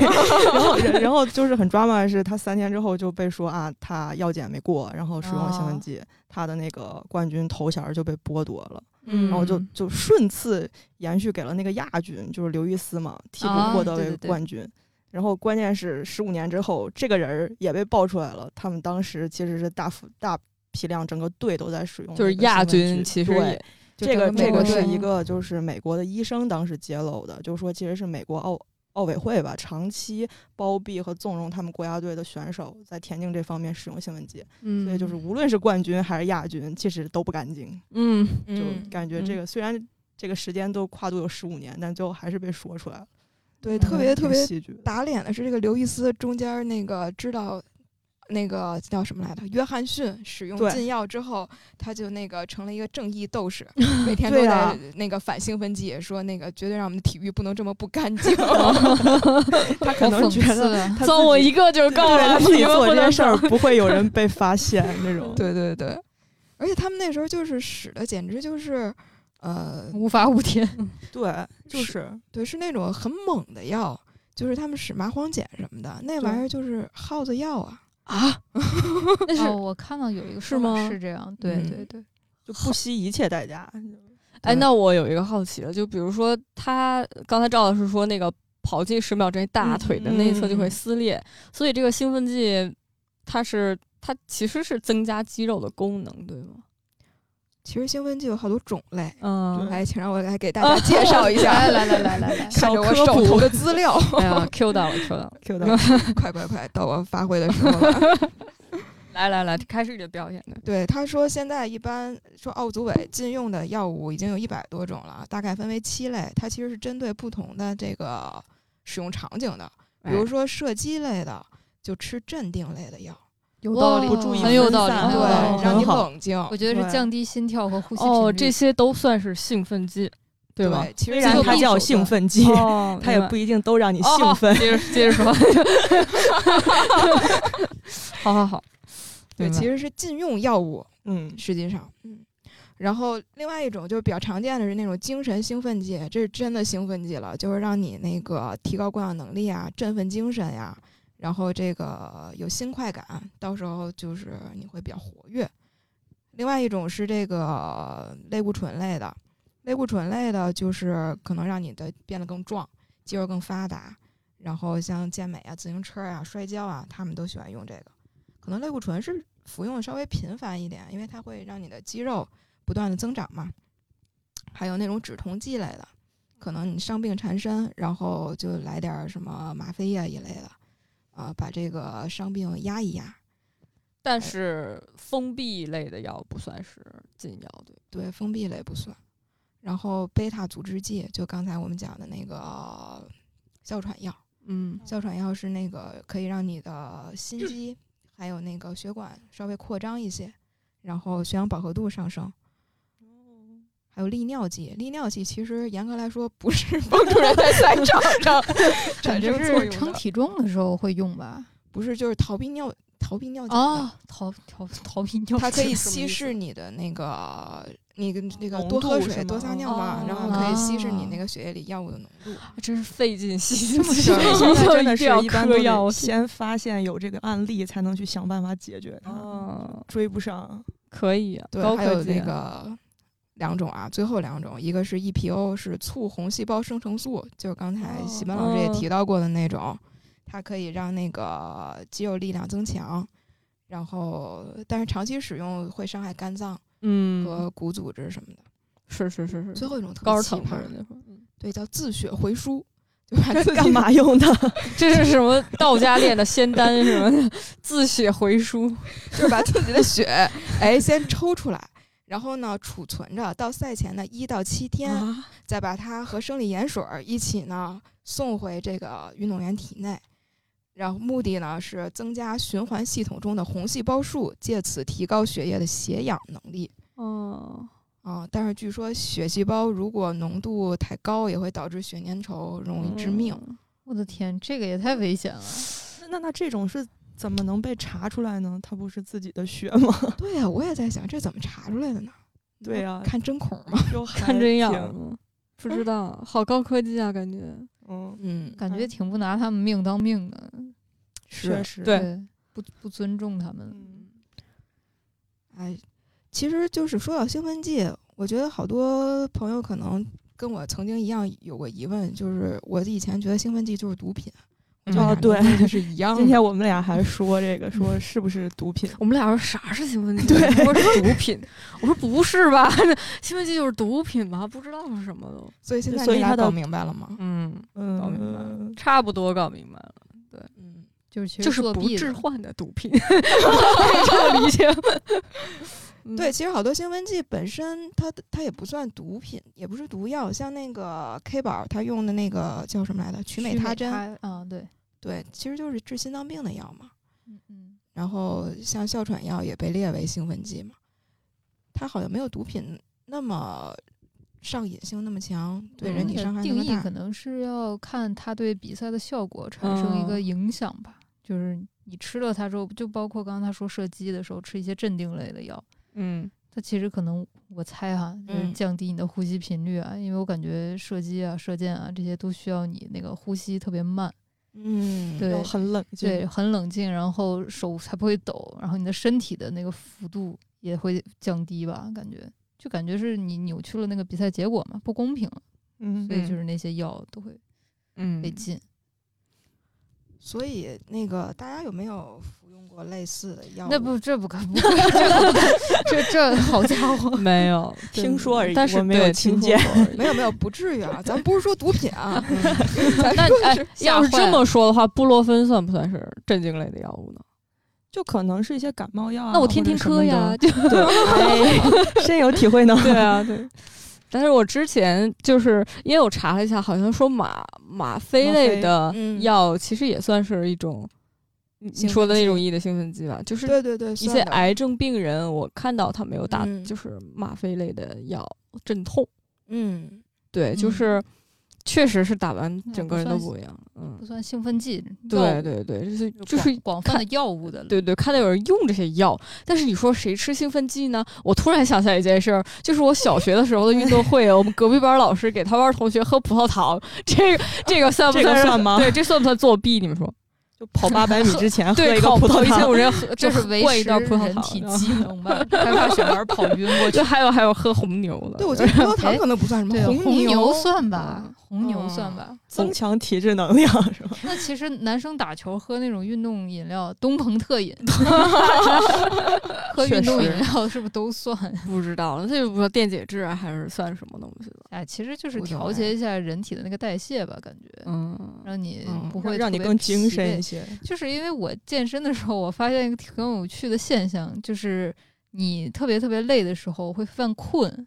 D: 然后然然后就是很 drama 的是，他三天之后就被说啊，他药检没过，然后使用了兴奋
B: 哦
D: 剂，他的那个冠军头衔儿就被剥夺了，
A: 嗯
D: 然哦后就
B: 嗯
D: 就顺次延续给了那个亚军，就是刘易斯嘛，替补
B: 啊
D: 获得
B: 对
D: 为
B: 对对
D: 冠军。然后关键是十五年之后，这个人儿也被爆出来了，他们当时其实是大幅大。批量整个队都在使用
C: 就是
D: 那个
C: 亚
D: 兴奋
C: 军，
D: 剂
C: 其实
D: 对
C: 也
A: 就
D: 这个
A: 整
D: 这
A: 美国
D: 个是
A: 队
D: 一个就是美国的医生当时揭露的，就是说其实是美国奥奥委会吧，长期包庇和纵容他们国家队的选手在田径这方面使用兴奋剂，
C: 嗯，
D: 所以就是无论是冠军还是亚军，其实都不干净，
C: 嗯，
D: 就
A: 嗯，
D: 感觉这个虽然。这个时间都跨度有十五年，但最后还是被说出来了，
A: 对，特别
D: 嗯
A: 特
D: 挺
A: 别
D: 戏剧的。
A: 打脸的是这个刘易斯中间儿那个知道那个叫什么来着？约翰逊使用
D: 对
A: 禁药之后，他就那个成了一个正义斗 士，每天都
D: 对
A: 在
D: 啊
A: 那个反兴奋剂，说那个绝对让我们的体育不能这么不干 净。
D: 哎他可能觉得
A: 啊
B: 得
D: 他
C: 揍
D: 自
C: 我
D: 己
C: 一个就够
D: 对
C: 了，
D: 他 自己
C: 你们
D: 做
C: 不
D: 这
C: 能
D: 件事儿
C: 整
D: 不会有人被 发现那种。
A: 对对对，而且他们那时候就是使的，简直就是。呃，
B: 无法无天，
D: 对，就是是
A: 对，是那种很猛的药，就是他们使麻黄碱什么的，那玩意儿就是耗子药啊。
C: 啊，那
B: 哦，
C: 是
B: 我看到有一个
C: 是
B: 说法
C: 吗
B: 是这样，对
A: 嗯
B: 对对，
D: 就不惜一切代 价。
C: 哎，
A: 对
C: 那我有一个好奇的，就比如说他刚才赵老师说那个跑进十秒之内，大
A: 嗯
C: 腿的内侧就
A: 嗯
C: 会
A: 嗯
C: 撕裂，所以这个兴奋剂它是它其实是增加肌肉的功能，对吗？
A: 其实兴奋剂有好多种类，
C: 嗯，
A: 来，请让我来给 大家介绍一下，
B: 来来来来来来，
A: 看着我
C: 小科
A: 手
C: 普
A: 头 的资料。
C: 哎呀，Q 到了，Q 到了，
D: Q 到
A: 快快快，到我发挥的时候了。
C: 来来来，开始你的表演的，
A: 对，他说现在一般说奥组委禁用的药物已经有一百多种了，大概分为七类，它其实是针对不同的这个使用场景的，
B: 哎
A: 比如说
C: 说
A: 射击类的。就吃镇定类的药，
B: 有道理，
C: 不
D: 注意
B: 很有
D: 分
B: 道理，
D: 散
B: 很有
D: 哦
B: 道
A: 对，
B: 理
A: 让你
D: 很好
A: 冷静。
B: 我觉得是
D: 对
B: 降低心跳和呼吸
C: 哦，
B: 频率
C: 这些都算是兴奋剂，对吧？
A: 对，其
D: 虽
A: 实
D: 然
A: 是
D: 它
A: 一
D: 叫
A: 手
D: 兴
A: 段，
D: 奋剂，
C: 哦，
D: 它也
C: 明白
D: 不一定都让你
C: 哦
D: 兴
C: 好
D: 奋。
C: 接着接着说，好好好，
A: 对，
C: 明白
A: 其实是禁用药物，
D: 嗯，
A: 实际上，嗯。然后另外一种就是比较常见的是那种精神兴奋剂，这是真的兴奋剂了，就是让你那个提高观赏能力啊，振奋精神呀、然后这个有新快感，到时候就是你会比较活跃。另外一种是这个类固醇类的，类固醇类的就是可能让你的变得更壮，肌肉更发达，然后像健美啊、自行车啊、摔跤啊，他们都喜欢用这个。可能类固醇是服用的稍微频繁一点，因为它会让你的肌肉不断的增长嘛。还有那种止痛剂类的，可能你伤病缠身，然后就来点儿什么吗啡呀一类的，啊、把这个伤病压一压。
C: 但是封闭类的药不算是禁药，对吧，
A: 对，封闭类不算。然后贝塔阻滞剂，就刚才我们讲的那个哮喘药，
C: 嗯
A: 哮喘药是那个可以让你的心肌还有那个血管稍微扩张一些，然后血氧饱和度上升。
D: 哦
A: 还有利尿剂，利尿剂其实严格来说不是帮助人在赛场上产
B: 感觉
A: 生作
B: 是
A: 用
B: 称
A: 的，
B: 体重的时候会用吧？
A: 不是就是逃避尿逃避尿检的
B: 哦，逃逃逃避尿，
A: 它可以
C: 是什么
A: 稀
C: 意思
A: 释你的那个你跟那个
D: 浓
A: 多喝
D: 度是
A: 水、
D: 吗
A: 多撒尿嘛，
C: 哦
A: 然后可以稀释你那个血液里药物的浓度。
C: 真是费尽 心
A: 么
C: 机，
A: 事儿现
D: 对现在
C: 就
D: 真的
C: 定
D: 是
C: 要
D: 一般
C: 嗑
D: 都
C: 药
D: 得。先发现有这个案例，才能去想办法解决它，
C: 哦，
D: 追 不上。
C: 可以啊，
A: 对，
C: 高
A: 还
C: 科
A: 有
C: 技
A: 那
C: 啊，
A: 个两种啊，最后两种，一个是 EPO，是促红细胞生成素，就是刚才喜班老师也
C: 哦
A: 提到过的那种，它可以让那个肌肉力量增强，然后但是长期使用会伤害肝脏
C: 嗯，
A: 和骨组织什么的。
C: 是是是是，
A: 最后一种特
C: 高
A: 别
C: 儿
A: 奇
C: 疼
A: 葩
C: 的，人家说，嗯
A: 对，叫自血回输，就 把自己
D: 干 嘛用它？
C: 这是什么道家练的仙丹什么的，自血回输，
A: 就是把自己的血哎先抽出来，然后呢储存着，到赛前的一到七天，
C: 啊
A: 再把它和生理盐水儿一起呢送回这个运动员体内，然后目的呢是增加循环系统中的红细胞数，借此提高血液的携氧能力
C: 哦，
A: 啊、但是据说血细胞如果浓度太高，也会导致血粘稠，容易致命。
C: 嗯
B: 我的天，这个也太危险了！
D: 那那这种是怎么能被查出来呢？它不是自己的血吗？
A: 对呀、我也在想这怎么查出来的呢？
D: 对呀、
A: 看针孔 吗？
D: 就
C: 看
D: 还
C: 针眼
D: 挺
C: 儿吗？不知道，好高科技啊，感觉。
D: 嗯，
A: 嗯，
B: 感觉挺不拿他们命当命的，
D: 确实，
C: 对，
B: 不不尊重他们。
D: 嗯，
A: 哎，其实就是说到兴奋剂，我觉得好多朋友可能跟我曾经一样有过疑问，就是我以前觉得兴奋剂就是毒品，我觉得
D: 哦
A: 俩
D: 对
A: 东西是一样
D: 今
A: 的。
D: 天我们俩还说这个，说是不是毒品？
C: 我们俩说啥是 兴奋剂？对，我说是毒品，我说不是吧？ 兴奋剂就是毒品吧？不知道是什么都。
A: 所以现在
D: 所
A: 你
D: 以
A: 俩
D: 它的
A: 搞明白了吗？
C: 嗯，搞明白了
D: 嗯，，
C: 差不多搞明白了，
A: 嗯，
B: 就是其实
C: 就是
B: 作
C: 不
B: 弊的
C: 置换的毒 品，可以这么理解吗。 嗯
A: 对，，其实好多兴奋剂本身它它也不算毒品，也不是毒药，像那个 K 宝他用的那个叫什么来着？曲
B: 曲
A: 美他针，
B: 啊，对，
A: 对，其实就是治心脏病的药嘛。
B: 嗯嗯，
A: 然后像哮喘药也被列为兴奋剂嘛，它好像没有毒品那么上瘾性那么强，对
C: 嗯
A: 人体
B: 它的
A: 伤害那
B: 定
A: 么
B: 义
A: 大
B: 可。能是要看它对比赛的效果产生一个
C: 嗯
B: 影响吧，就是你吃了它之后，就包括刚刚他说射击的时候吃一些镇定类的药，
C: 嗯，
B: 它其实可能我猜哈，就是
A: 嗯
B: 降低你的呼吸频率啊，因为我感觉射击啊、射箭啊这些都需要你那个呼吸特别慢，
A: 嗯，
B: 对
D: 要很冷静，
B: 对，很冷静，然后手才不会抖，然后你的身体的那个幅度也会降低吧，感觉就感觉是你扭曲了那个比赛结果嘛，不公平了，
D: 嗯，
B: 所以就是那些药都会
C: 嗯
B: 被禁。
A: 所以那个大家有没有服用过类似的药物？
B: 那不，这不可 不可，这不可，这这好家伙，
C: 没有
D: 听说而已
C: 但是
D: 我没有
C: 对
D: 听
C: 听说
D: 见
C: 过而已
A: 没有没有，不至于啊，咱不是说毒品 啊，
C: 那哎，要是
B: 吓
C: 这
B: 坏
C: 么说的话，布洛芬算不算是镇静类的药物呢？
D: 就可能是一些感冒药啊。
C: 那我天天
D: 或
C: 磕
D: 者什
C: 呀
D: 么，
C: 就
D: 的， 对，哎深有体会呢。
C: 对啊，对。但是我之前就是因为我查了一下，好像说吗吗啡
D: 吗
C: 类
D: 啡
C: 的
A: 嗯
C: 药其实也算是一种你你
A: 兴
C: 说的
A: 奋
C: 那
A: 剂
C: 种意义的兴奋剂吧，就是
A: 对对对，
C: 一
A: 算
C: 些
A: 的
C: 癌症病人，我看到他没有打
A: 嗯
C: 就是吗啡类的药镇痛，
A: 嗯，
C: 对，就
B: 嗯
C: 是确实是打完
B: 那
C: 整
B: 不
C: 个人都
B: 算
C: 不一样，嗯
B: 不，算兴奋剂，药
C: 对
B: 物
C: 对对，就是
B: 就
C: 就是
B: 广广泛的药物的，
C: 对对，看到有人用这些药，但是你说谁吃兴奋剂呢？我突然想起来一件事儿，就是我小学的时候的运动会，我们隔壁班老师给他班同学喝葡萄糖，这个这个算不
D: 这个
C: 算是？
D: 算吗
C: 对，这算不算作弊？你们说？
D: 就跑八百米之前喝
C: 对，
D: 一个
C: 考
D: 葡
C: 考
D: 萄
C: 一千
D: 糖
C: 五，人喝，
B: 这是维
C: 灌一
B: 持
C: 袋葡萄
B: 人
C: 糖。
B: 体
C: 然后
B: 机能吧？害怕小孩跑晕过去
C: 对，。还有还有喝红牛的，
A: 对，我觉得葡 萄糖可能不算什么
B: 呃对，红
A: 牛
B: 算吧，红牛
C: 嗯
B: 算吧。
D: 增强体质能量是吧？
B: 那其实男生打球喝那种运动饮料，东鹏特饮，喝运动饮料是不是都算？
C: 不知道了，这就不知道电解质啊还是算什么东西了。
B: 哎，其实就是
A: 不懂
B: 调节一下人体的那个代谢吧，感觉
C: 嗯，
B: 让你
A: 嗯
B: 不会
D: 让你
B: 特别
D: 更精
B: 疲惫
D: 神一些。
B: 就是因为我健身的时候，我发现一个挺有趣的现象，就是你特别特别累的时候会犯困。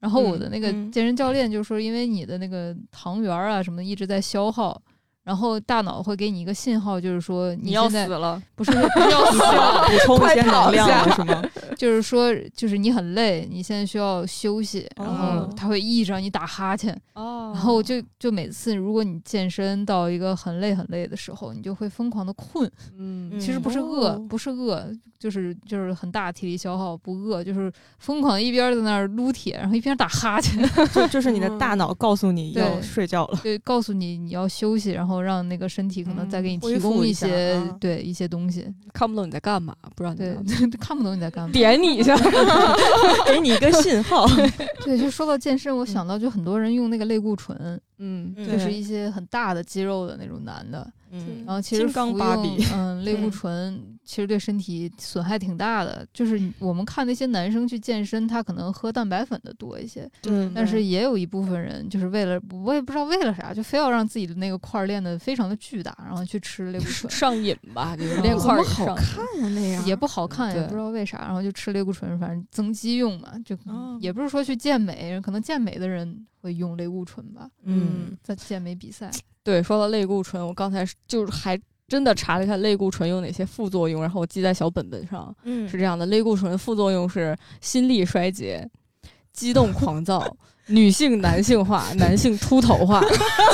B: 然后我的那个
A: 嗯嗯
B: 健身教练就说，因为你的那个糖原儿啊什么的一直在消耗，然后大脑会给你一个信号，就是说你
C: 要
B: 现
C: 死
B: 在
C: 了，
B: 不是不是要死
D: 你需
B: 了，
D: 要补充一些能量
C: 快
D: 了是吗？
B: 就是说就是你很累，你现在需要休息，然后
D: 哦
B: 他会一直让你打哈欠，
C: 哦
B: 然后就就每次如果你健身到一个很累很累的时候，你就会疯狂的困。
C: 嗯
B: 其实
A: 嗯
B: 不是饿，
D: 哦
B: 不是饿，就是就是很大体力消耗，不饿，就是疯狂一边在那儿撸铁，然后一边打哈欠，
D: 就就是你的大脑告诉你要
B: 对
D: 睡觉了。
B: 就告诉你你要休息，然后让那个身体可能再给你
D: 嗯恢
B: 提供
D: 复
B: 一
D: 一下
B: 些、
D: 啊
B: 对一些东西，
C: 看不懂你在干嘛，不知道你在
B: 对
C: 干嘛，
B: 看不懂你在 干嘛。
C: 点你一下。
D: 给你一个信号。
B: 对，就说到健身，
D: 嗯
B: 我想到就很多人用那个类固醇，
C: 嗯
A: 嗯
B: 就是一些很大的肌肉的那种男的，
A: 嗯
B: 然后其实
D: 金刚
B: 服
D: 芭
B: 用
D: 比
B: 嗯类固
A: 嗯
B: 醇其实对身体损害挺大的。就是我们看那些男生去健身，他可能喝蛋白粉的多一些，
A: 对
B: 但是也有一部分人就是为了我也不知道为了啥，就非要让自己的那个块儿练得非常的巨大，然后去 吃类固醇。
C: 上瘾吧，就是
A: 哦
C: 练块儿
A: 怎么好
C: 上瘾
A: 看呀、那样
B: 也不好看，也
C: 对
B: 不知道为啥，然后就吃类固醇，反正增肌用嘛，就
A: 哦
B: 也不是说去健美，可能健美的人会用类固醇吧，
C: 嗯，
B: 在健美比赛，
C: 对，说到类固醇，我刚才是就是还真的查了一下类固醇有哪些副作用，然后我记在小本本上，
A: 嗯
C: 是这样的：类固醇副作用是心力衰竭、激动狂躁、女性男性化、男性秃头化、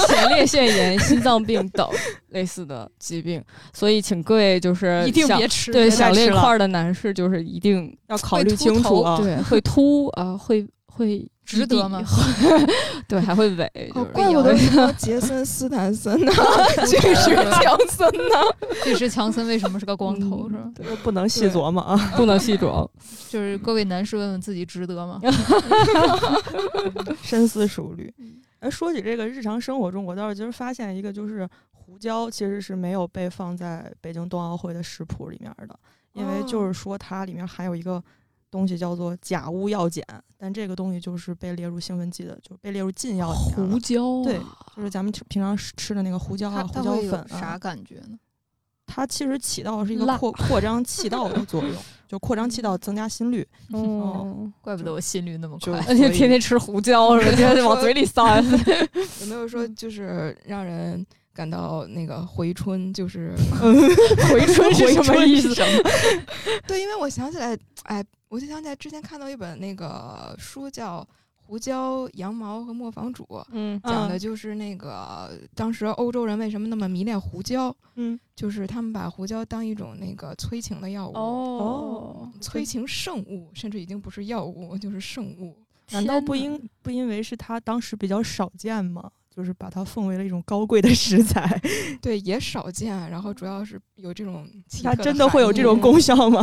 C: 前列腺炎、心脏病等类似的疾病。所以，请各位就是
B: 一定
C: 想
B: 别吃。
C: 对
D: 别再
C: 想
D: 吃
C: 练
D: 了
C: 块儿的男士，就是一定
D: 要考
C: 会
D: 虑
C: 秃
D: 清楚
C: 头
D: 啊。
C: 对，会秃啊、会会
B: 值
C: 一地
B: 得吗？
C: 对，还会萎。就
A: 哦
C: 是，
A: 怪不得说杰森斯坦森 呢，巨 石强森呢。
B: 这是强森为什么是个光头
C: 嗯
B: 是吧？
D: 都不能细琢磨啊。
C: 不能细琢。
B: 就是各位男士问问自己值 得吗？
D: 深思熟虑。
C: 嗯
D: 哎，说起这个日常生活中，我倒是今儿发现一个，就是胡椒其实是没有被放在北京冬奥会的食谱里面的，因为就
A: 哦
D: 是说它里面含有一个东西叫做甲钨药碱，但这个东西就是被列入兴奋剂的，就被列入禁药里面
C: 胡
D: 了。
C: 椒、啊、
D: 对，就是咱们吃平常吃吃的那个胡椒
B: 他
D: 啊、
B: 他
D: 胡椒
B: 会
D: 粉
B: 有啥
D: 啊，
B: 感觉 呢？
D: 它其实起到的是一个
C: 辣
D: 扩扩张气道的作用，就扩张气道，增加心率。
C: 哦，
B: 怪不得我心率那么
D: 就
B: 快。
C: 而且天天吃胡椒是吧？天天往嘴里塞。
A: 有没有说就是让人感到那个回春？就是
C: 回春是什么意思？
A: 对，因为我想起来，哎，我就想起来之前看到一本那个书叫《胡椒、羊毛和磨坊主》，
C: 嗯
A: 讲的
D: 嗯
A: 就是那个当时欧洲人为什么那么迷恋胡椒，
D: 嗯，
A: 就是他们把胡椒当一种那个催情的药物，
C: 哦，
A: 催情圣物，甚至已经不是药物，就是圣物。
D: 难道
B: 天
D: 不
B: 哪
D: 因不因为是它当时比较少见吗？就是把它奉为了一种高贵的 食材，
A: 对，也少见。然后主要是有这种奇特
D: 它
A: 含义，
D: 真的会有这种功效 吗？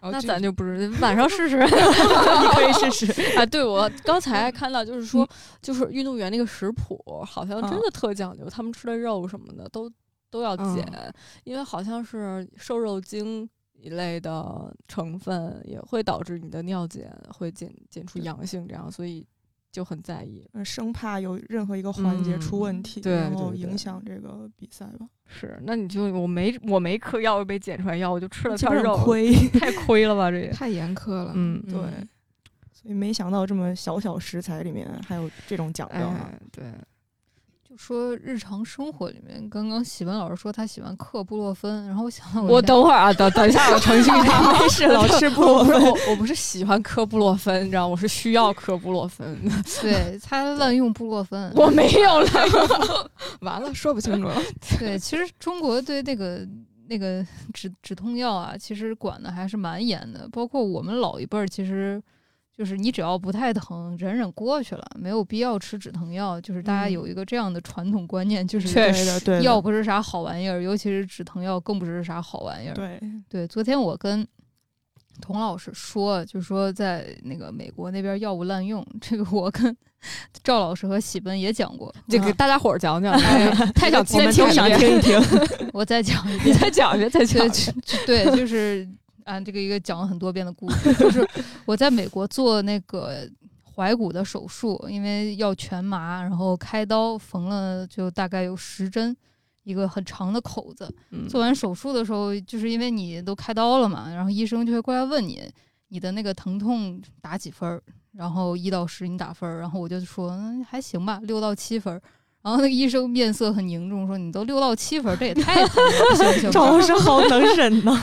A: 然后
C: 那
A: 就
C: 咱就不是晚上试试
D: 你可以试试。
C: 啊！对，我刚才还看到，就是说，就是运动员那个食谱，好像真的特讲究，他们吃的肉什么的都都要减，因为好像是瘦肉精一类的成分也会导致你的尿检会检检出阳性，这样所以就很在意。
D: 嗯，生怕有任何一个环节出问题，
C: 嗯对
D: 然后
C: 对对
D: 影响这个比赛吧，
C: 是，那你就我没我没嗑药被检出来哦药，我就吃了
D: 其
C: 片
D: 实
C: 肉
D: 很，亏。
C: 太亏了吧？这 也
A: 太严苛了。
C: 嗯
D: 对，所以没想到这么小小食材里面还有这种讲究啊。
C: 哎，对，
B: 就说日常生活里面，刚刚喜文老师说他喜欢嗑布洛芬，然后我想到
C: 我
B: 家
C: 等会儿啊，等等一下，我澄清一 下，没事
D: 老吃布洛芬
C: 我我不是喜欢科布洛芬，你知道，我是需要科布洛芬，
B: 对他滥用布洛芬，
C: 我没有了。
A: 完了，说不清楚了。
B: 对，其实中国对那个那个止止痛药啊，其实管的还是蛮严的。包括我们老一辈儿，其实就是你只要不太疼，忍忍过去了，没有必要吃止疼药。就是大家有一个这样的传统观念，就是
C: 确
D: 对的，对的，
B: 药不是啥好玩意儿，尤其是止疼药更不是啥好玩意儿。
D: 对，
B: 对，昨天我跟童老师说，就说在那个美国那边药物滥用，这个我跟 赵老师和喜奔也讲过， 哎
C: 这个大家伙儿讲讲， 太想
D: 我
C: 先
D: 们都
C: 听
D: 想
C: 一遍，
D: 听一听。
B: 我再讲一遍。
C: 你再讲一遍，再讲
B: 对
C: 一遍。
B: 就对，就是按这个一个讲了很多遍的故事，就是我在美国做那个踝骨的手术，因为要全麻，然后开刀缝了就大概有十针，一个很长的口子。
C: 嗯
B: 做完手术的时候，就是因为你都开刀了嘛，然后医生就会过来问你，你的那个疼痛打几分儿，然后一到十你打分儿，然后我就说嗯还行吧，六到七分儿。然后那个医生面色很凝重，说：“你都六到七分儿，这也太疼了，不行不行。不行
D: 赵老师好能忍呐、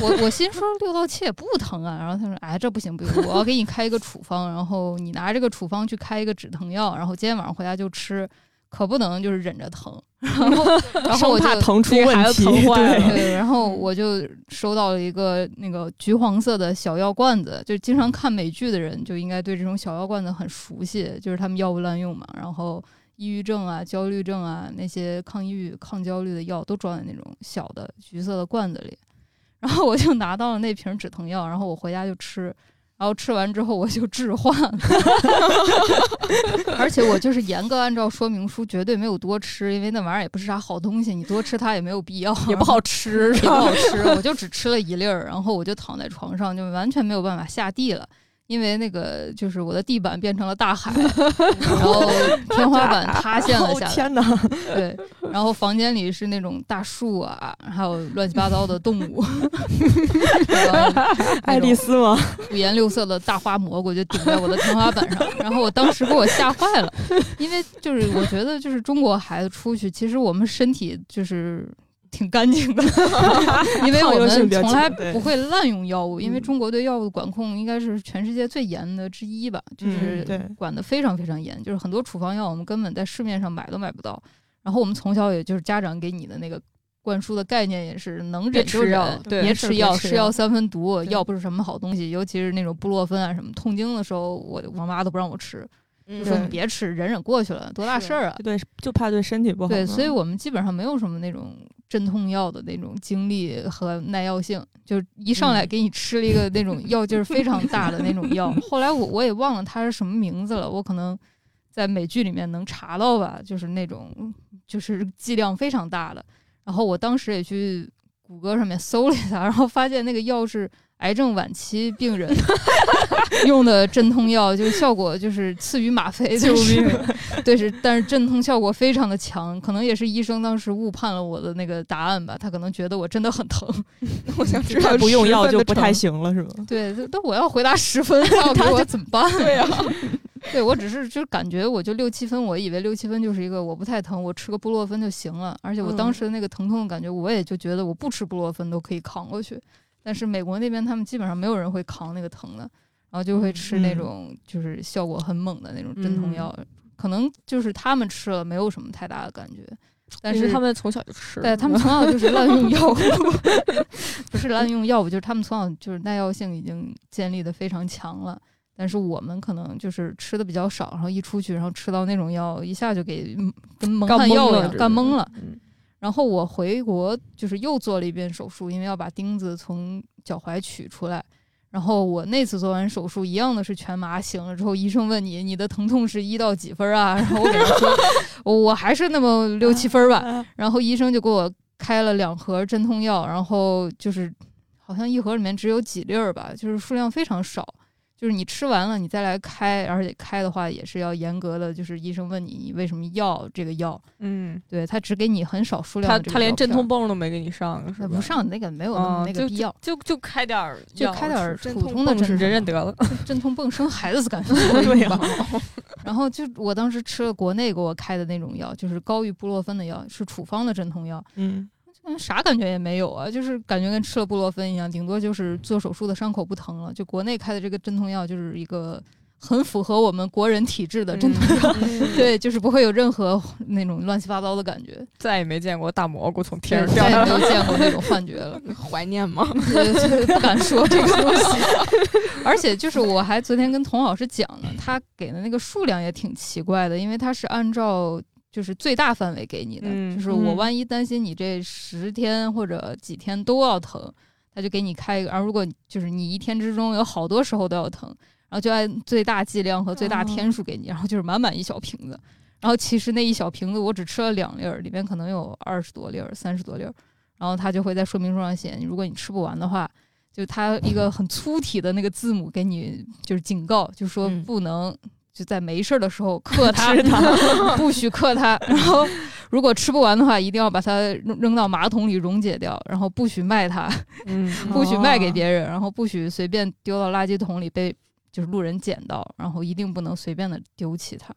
B: 我我心说六到七也不疼啊，然后他说哎这不行不行，我要给你开一个处方，然后你拿这个处方去开一个止疼药，然后今天晚上回家就吃，可不能就是忍着疼， 然后然后我就
D: 生怕疼出
C: 这个
D: 问
C: 孩子
D: 题，
C: 疼坏了
D: 对，
B: 对，然后我就收到了一个那个橘黄色的小药罐子，就经常看美剧的人就应该对这种小药罐子很熟悉，就是他们药物滥用嘛，然后抑郁症啊、焦虑症啊那些抗抑郁、抗焦虑的药都装在那种小的橘色的罐子里，然后我就拿到了那瓶止疼药，然后我回家就吃。然后吃完之后我就置换了， 而且我就是严格按照说明书，绝对没有多吃，因为那玩意儿也不是啥好东西，你多吃它也没有必要，
C: 也不好吃，
B: 也不好 吃。我就只吃了一粒儿，然后我就躺在床上，就完全没有办法下地了。因为那个就是我的地板变成了大 海，然后天花板塌陷了
D: 哦
B: 下来，
D: 天哪！
C: 哎
B: 对，然后房间里是那种大树啊，还有乱七八糟的动 物， 然后
D: 爱丽丝吗？
B: 五颜六色的大花蘑菇就顶在我的天花板上，然后我当时给我吓坏了，因为就是我觉得就是中国孩子出去，其实我们身体就是。挺干净的，因为我
D: 抗药性
B: 们
D: 比较
B: 从来
D: 强对
B: 不会滥用药物，因为
D: 嗯
B: 中国对药物管控应该是全世界最严的之一吧，就是
D: 嗯对
B: 管得非常非常严，就是很多处方药我们根本在市面上买都买不到。然后我们从小也就是家长给你的那个灌输的概念也是能
C: 别
B: 忍就
C: 吃药
B: 忍，，
C: 对
B: 别
C: 是
B: 吃药，
C: 别
B: 吃药三分毒，
C: 对
B: 药不是什么好东西，尤其是那种布洛芬啊什么，痛经的时候我我妈都不让我吃，就说
D: 对
B: 你别吃，忍忍过去了，多大
A: 是
B: 事儿啊？
D: 对，就怕对身体不好嘛。
B: 对，所以我们基本上没有什么那种镇痛药的那种经历和耐药性，就是一上
C: 嗯
B: 来给你吃了一个那种药劲儿非常大的那种 药。后来我我也忘了它是什么名字了，我可能在美剧里面能查到吧，就是那种就是剂量非常大的。然后我当时也去谷歌上面搜了一下，然后发现那个药是癌症晚期病人 用的镇痛药，就是效果就是次于吗啡，
C: 救
B: 就是
C: 命！
B: 对，是，但是镇痛效果非常的强，可能也是医生当时误判了我的那个答案吧，他可能觉得我真的很疼。
A: 我想知道
D: 太不用
A: 十
D: 药
A: 分
D: 就
A: 的
D: 不太
A: 程
D: 行了，是 吗？
B: 对，但我要回答十分，他要给我怎么办？
A: 度。对呀、
B: 对我只是就是感觉我就六七分，我以为六七分就是一个我不太疼，我吃个布洛芬就行了。而且我当
D: 嗯
B: 时的那个疼痛的感觉，我也就觉得我不吃布洛芬都可以扛过去。但是美国那边他们基本上没有人会扛那个疼的，然后就会吃那
D: 嗯
B: 种就是效果很猛的那种镇痛
C: 嗯
B: 药，可能就是他们吃了没有什么太大的感觉，但
C: 因
B: 是
C: 为他们从小就吃，
B: 对 他们从小就是滥用药物， 不是滥用药物，就是他们从小就是耐药性已经建立的非常强了。但是我们可能就是吃的比较少，然后一出去，然后吃到那种药，一下就给嗯跟蒙
C: 干
B: 汗
C: 懵
B: 药一
C: 了
B: 样
C: 这
B: 干
C: 是
B: 懵了。
C: 嗯
B: 然后我回国就是又做了一遍手术，因为要把钉子从脚踝取出来。然后我那次做完手术一样的是全麻醒了之后，医生问你你的疼痛是一到几分啊？然后我给他说我我还是那么六七分吧。
D: 啊
B: 然后医生就给我开了两盒镇痛药，然后就是好像一盒里面只有几粒儿吧，就是数量非常少。就是你吃完了，你再来开，而且开的话也是要严格的，就是医生问你你为什么要这个药，
C: 嗯，
B: 对他只给你很少数量
C: 他
B: 的这个
C: 他连
B: 药片
C: 镇
B: 儿
C: 痛泵都没给你哎上，是
B: 呃
C: 吧
B: 不上那个没有
C: 啊
B: 那个
C: 就
B: 必要，
C: 就就开点儿
B: 就
C: 药，
B: 开点儿
A: 吃镇
B: 普
A: 痛
B: 通的
A: 泵
B: 镇痛
C: 忍忍得啊了，
B: 镇痛泵生孩子感觉
D: 对呀，
B: 然后就我当时吃了国内给我开的那种药，就是高于布洛芬的药，是处方的镇痛药，
D: 嗯，
B: 嗯，啥感觉也没有啊，就是感觉跟吃了布洛芬一样，顶多就是做手术的伤口不疼了。就国内开的这个镇痛药，就是一个很符合我们国人体质的镇
C: 嗯
B: 痛药， 对，就是不会有任何 那种乱七八糟的感觉，
C: 再也没见过大蘑菇从
B: 对
C: 天上
B: 再
C: 掉下
B: 也
C: 来。
B: 没有见过那 种幻觉了。
A: 怀念吗？
B: 对不敢说这个东西。而且就是我还昨天跟童老师讲呢，他给的那个数量也挺奇怪的，因为他是按照。就是最大范围给你的，
C: 嗯
B: 就是我
D: 嗯
B: 万一担心你这十天或者几天都要疼，他就给你开一个；而如果就是你一天之中有好多时候都要疼，然后就按最大剂量和最大天数给你，然后就是满满一小瓶子。然后其实那一小瓶子我只吃了两粒儿，里面可能有二十多粒儿、三十多粒儿。然后他就会在说明书上写，如果你吃不完的话，就它一个很粗体的那个字母给你就是警告，就说
A: 嗯
B: 不能就在没事儿的时候 克它
D: 吃，
B: 不许克它。然后如果吃不完的话，一定要把它扔扔到马桶里溶解掉，然后不许卖它，
C: 嗯，
B: 不许卖给
A: 哦
B: 别人，然后不许随便丢到垃圾桶里被就是路人捡到，然后一定不能随便的丢弃它。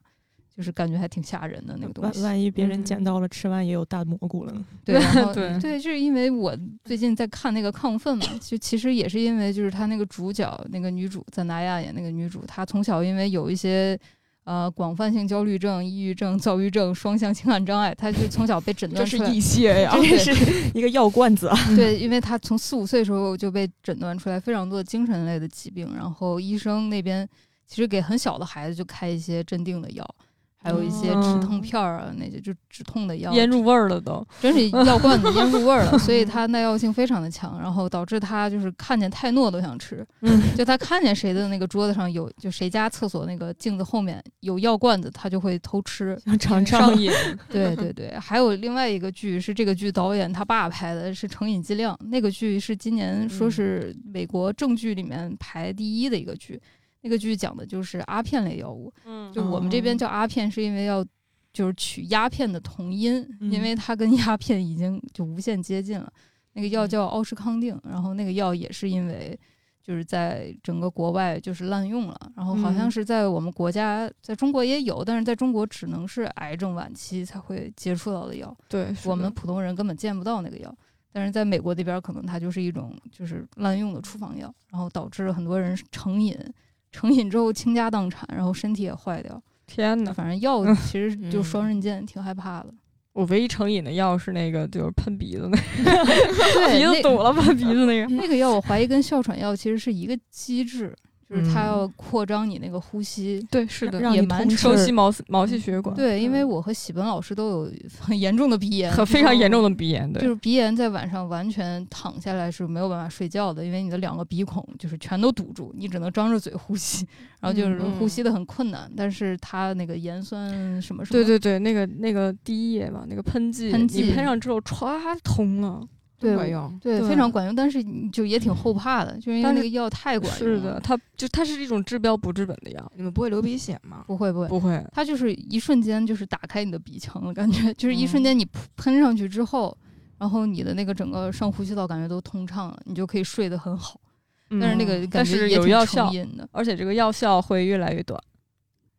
B: 就是感觉还挺吓人的那个东
D: 万
B: 西，
D: 万一别人
C: 嗯
D: 捡到了，吃完也有大蘑菇了呢。
B: 对，然后
C: 对
B: 对，就是因为我最近在看那个《亢奋》嘛，就其实也是因为就是他那个主角那个女主赞达亚演那个女主，她从小因为有一些呃广泛性焦虑症、抑郁症、躁郁症、双向情感障碍，她就从小被诊
A: 这
B: 断
A: 是
B: 出来
A: 异界呀！
B: 对
D: 这是一个药罐子啊！
C: 嗯
B: 对，因为他从四五岁时候就被诊断出来非常多的精神类的疾病，然后医生那边其实给很小的孩子就开一些镇定的药，还还有一些止
C: 嗯
B: 痛片儿啊，那些就止痛的药，
C: 腌入味儿了都。
B: 真是药罐子腌入味儿了，所以它耐药性非常的强，然后导致他就是看见泰诺都想吃，
C: 嗯，
B: 就他看见谁的那个桌子上有，就谁家厕所那个镜子后面有药罐子，他就会偷吃。
D: 想尝尝
C: 上。瘾。
B: 对对对，还有另外一个剧是这个剧导演他爸拍的，是《成瘾剂量》，那个剧是今年说是美国正剧里面排第一的一个剧，那个剧讲的就是阿片类药物，
C: 嗯
B: 就我们这边叫阿片，是因为要就是取鸦片的同音，
D: 嗯
B: 因为它跟鸦片已经就无限接近了。那个药
D: 嗯
B: 叫奥施康定，然后那个药也是因为就是在整个国外就是滥用了，然后好像
C: 嗯
B: 是在我们国家，在中国也有，但是在中国只能是癌症晚期才会接触到的药，
C: 对，
B: 我们普通人根本见不到那个药。但是在美国那边，可能它就是一种就是滥用的处方药，然后导致很多人成瘾，成瘾之后倾家荡产，然后身体也坏掉。
C: 天
B: 那
C: 哪！
B: 反正药
C: 嗯
B: 其实就
A: 嗯
B: 双刃剑，挺害怕 的。
C: 我唯一成瘾的药是那个，就是喷鼻子那个，鼻子
B: 对，
C: 堵了，喷鼻子那个。
B: 那那个药我怀疑跟哮喘药其实是一个机制，就是它
C: 嗯
B: 要扩张你那个呼吸。
C: 对，是嗯的，
D: 让
B: 也
D: 你
B: 蛮
D: 通
B: 吃
C: 收
D: 气
C: 吸毛细毛细血管，
B: 对，因为我和喜本老师都有很 严重的鼻炎，
C: 很非常严重的鼻炎，
B: 就
C: 对，
B: 是鼻炎在晚上完全躺下来是没有办法睡觉的，因为你的两个鼻孔就是全都堵住，你只能张着嘴呼吸，然后就是
A: 嗯嗯
B: 呼吸的很困难。但是它那个盐酸什么什么，
C: 对对对，那个那个第一页嘛，那个喷剂，
B: 喷剂
C: 你喷上之后歘通了，
B: 对
A: 管用，
B: 对
C: 对
B: 非常管用，但是你就也挺后怕的，就是因为
C: 但
B: 那个
C: 是
B: 药太管用了。
C: 是的，它就它是一种治标不治本的药，
A: 你们不会流鼻血吗？
B: 不会不会，
C: 不会，
B: 它就是一瞬间就是打开你的鼻腔了，感觉就是一瞬间你噗喷上去之后，然后你的那个整个上呼吸道感觉都通畅了，你就可以睡得很好。但是那个感
C: 嗯但
B: 觉
C: 是
B: 也
C: 有
B: 挺
C: 药
B: 成
C: 效，
B: 瘾的，
C: 而且这个药效会越来越短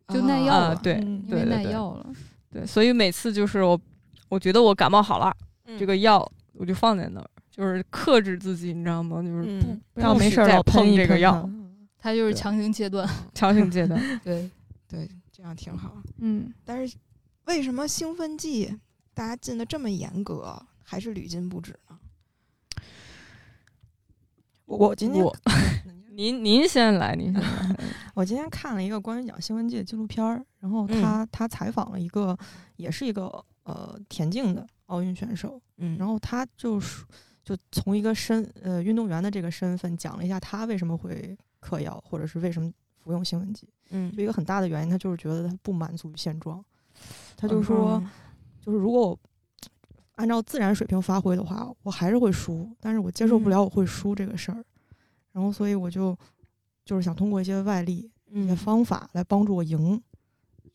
B: 就耐药
C: 啊，
B: 了
C: 对
D: 嗯
B: 因
C: 对
B: 为
C: 对
B: 耐
C: 对
B: 药了。
C: 对，所以每次就是我，我觉得我感冒好了，这个药我就放在那儿，就是克制自己，你知道吗？就是不
A: 嗯
C: 不
D: 让
C: 要
D: 没
C: 去
D: 事儿
C: 再
D: 老喷
C: 碰
D: 一
C: 这个
D: 喷
C: 药
D: 它，
B: 它就是
C: 对
B: 强行戒断，
C: 强行戒断。
B: 对，
A: 对，这样挺好。
C: 嗯，
A: 但是为什么兴奋剂大家禁的这么严格，还是屡禁不止呢？
D: 我 今天
C: 我 您您先来，您先来。
D: 我今天看了一个关于讲兴奋剂的纪录片儿，然后
A: 嗯
D: 他、他采访了一个也是一个呃田径的奥运选手，
A: 嗯
D: 然后他就是就从一个身呃运动员的这个身份讲了一下他为什么会嗑药，或者是为什么服用兴奋剂。
A: 嗯
D: 就一个很大的原因，他就是觉得他不满足于现状，他就说、
A: 嗯
D: 就是如果我按照自然水平发挥的话，我还是会输，但是我接受不
A: 嗯
D: 了我会输这个事儿，然后所以我就就是想通过一些外力、一些
A: 嗯
D: 方法来帮助我赢，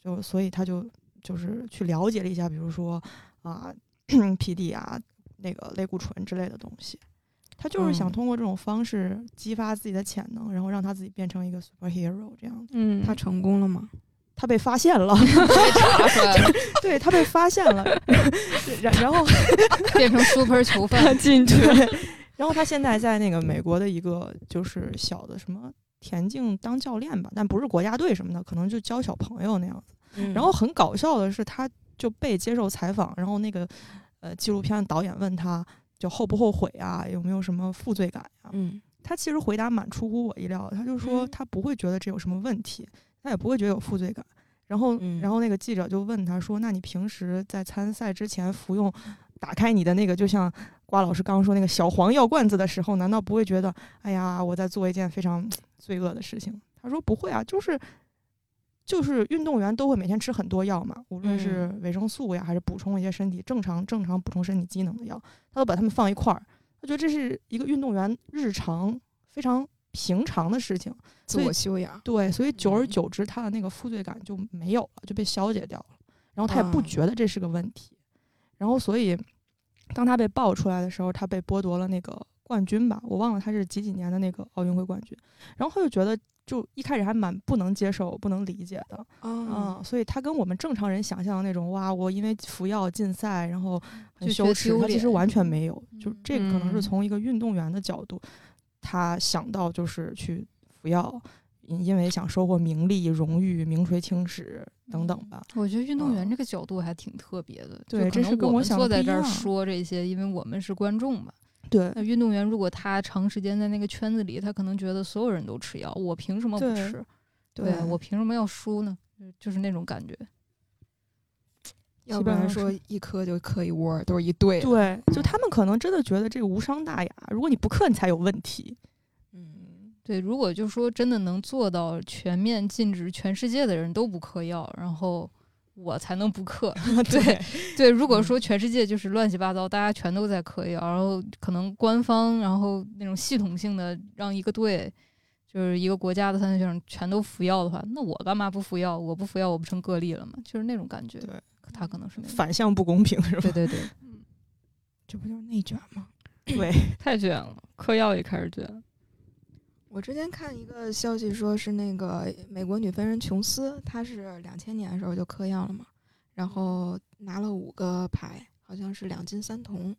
D: 就所以他就就是去了解了一下，比如说啊 PD 啊那个类固醇之类的东西。他就是想
A: 嗯
D: 通过这种方式激发自己的潜能，然后让他自己变成一个 superhero 这样子。
C: 嗯
A: 他成功了吗？
D: 他被发现了，
B: 被查出来了，
D: 对他被发现了， 然然后
B: 变成 super 囚犯。
C: 进去
D: 对，然后他现在在那个美国的一个就是小的什么田径当教练吧，但不是国家队什么的，可能就教小朋友那样子。
A: 然
D: 然后很搞笑的是，他就被接受采访，然后那个呃纪录片导演问他就后不后悔啊，有没有什么负罪感啊？
A: 嗯
D: 他其实回答蛮出乎我意料的，他就说
A: 嗯
D: 他不会觉得这有什么问题，他也不会觉得有负罪感。然后，
A: 嗯
D: 然后那个记者就问他说：“那你平时在参赛之前服用打开你的那个，就像瓜老师刚刚说那个小黄药罐子的时候，难道不会觉得，哎呀，我在做一件非常罪恶的事情？”他说：“不会啊，就是就是运动员都会每天吃很多药嘛，无论是维生素呀，还是补充一些身体正常正常补充身体机能的药，他都把它们放一块儿。他觉得这是一个运动员日常非常平常的事情。
A: 自我修养，
D: 对，所以久而
A: 嗯
D: 久之，他的那个负罪感就没有了，就被消解掉了。然后他也不
A: 啊
D: 觉得这是个问题。然后，所以当他被爆出来的时候，他被剥夺了那个冠军吧，我忘了他是几几年的那个奥运会冠军。然后他就觉得，就一开始还蛮不能接受、不能理解的。
A: 嗯
D: 嗯，所以他跟我们正常人想象的那种哇，我因为服药禁赛，然后很
B: 就觉
D: 羞
B: 得
D: 耻，
B: 丢
D: 他其实
B: 脸
D: 完全没有。就
B: 嗯
D: 这个可能是
C: 嗯
D: 从一个运动员的角度，他想到就是去服药，因因为想收获名利、荣誉、名垂青史等等吧。
B: 我觉得运动员
D: 嗯
B: 这个角度还挺特别的，
D: 对
B: 就可
D: 这是
B: 能
D: 跟
B: 我
D: 我
B: 们
D: 想
B: 坐
D: 的
B: 在
D: 不一
B: 这儿
D: 样
B: 说这些，因为我们是观众嘛。
D: 对
B: 那运动员如果他长时间在那个圈子里，他可能觉得所有人都吃药，我凭什么不
D: 对
B: 吃？对我凭什么要输呢？就就是那种感觉。
A: 要
D: 基
A: 不
D: 本
A: 然
D: 上
A: 说
D: 是
A: 一颗就磕一窝儿，都是一对的。
D: 对，就他们可能真的觉得这个无伤大雅，如果你不克，你才有问题。
A: 嗯，
B: 对，如果就说真的能做到全面禁止全世界的人都不嗑药，然后我才能不 嗑。对，对，如
C: 嗯
B: 果说全世界就是乱七八糟，大家全都在嗑药，然后可能官方，然后那种系统性的让一个队，就是一个国家的参赛选手全都服药的话，那我干嘛不服药？我不服药，我不成个例了吗？就是那种感觉。
D: 对，
B: 他可能是那种。
D: 反向不公平是吧
B: 对？对对，
A: 这不就是内卷吗？
D: 对，
C: 太卷了，嗑药也开始卷。
A: 我之前看一个消息，说是那个美国女飞人琼斯，她是两千年的时候就嗑药了嘛，然后拿了五个牌，好像是两金三铜，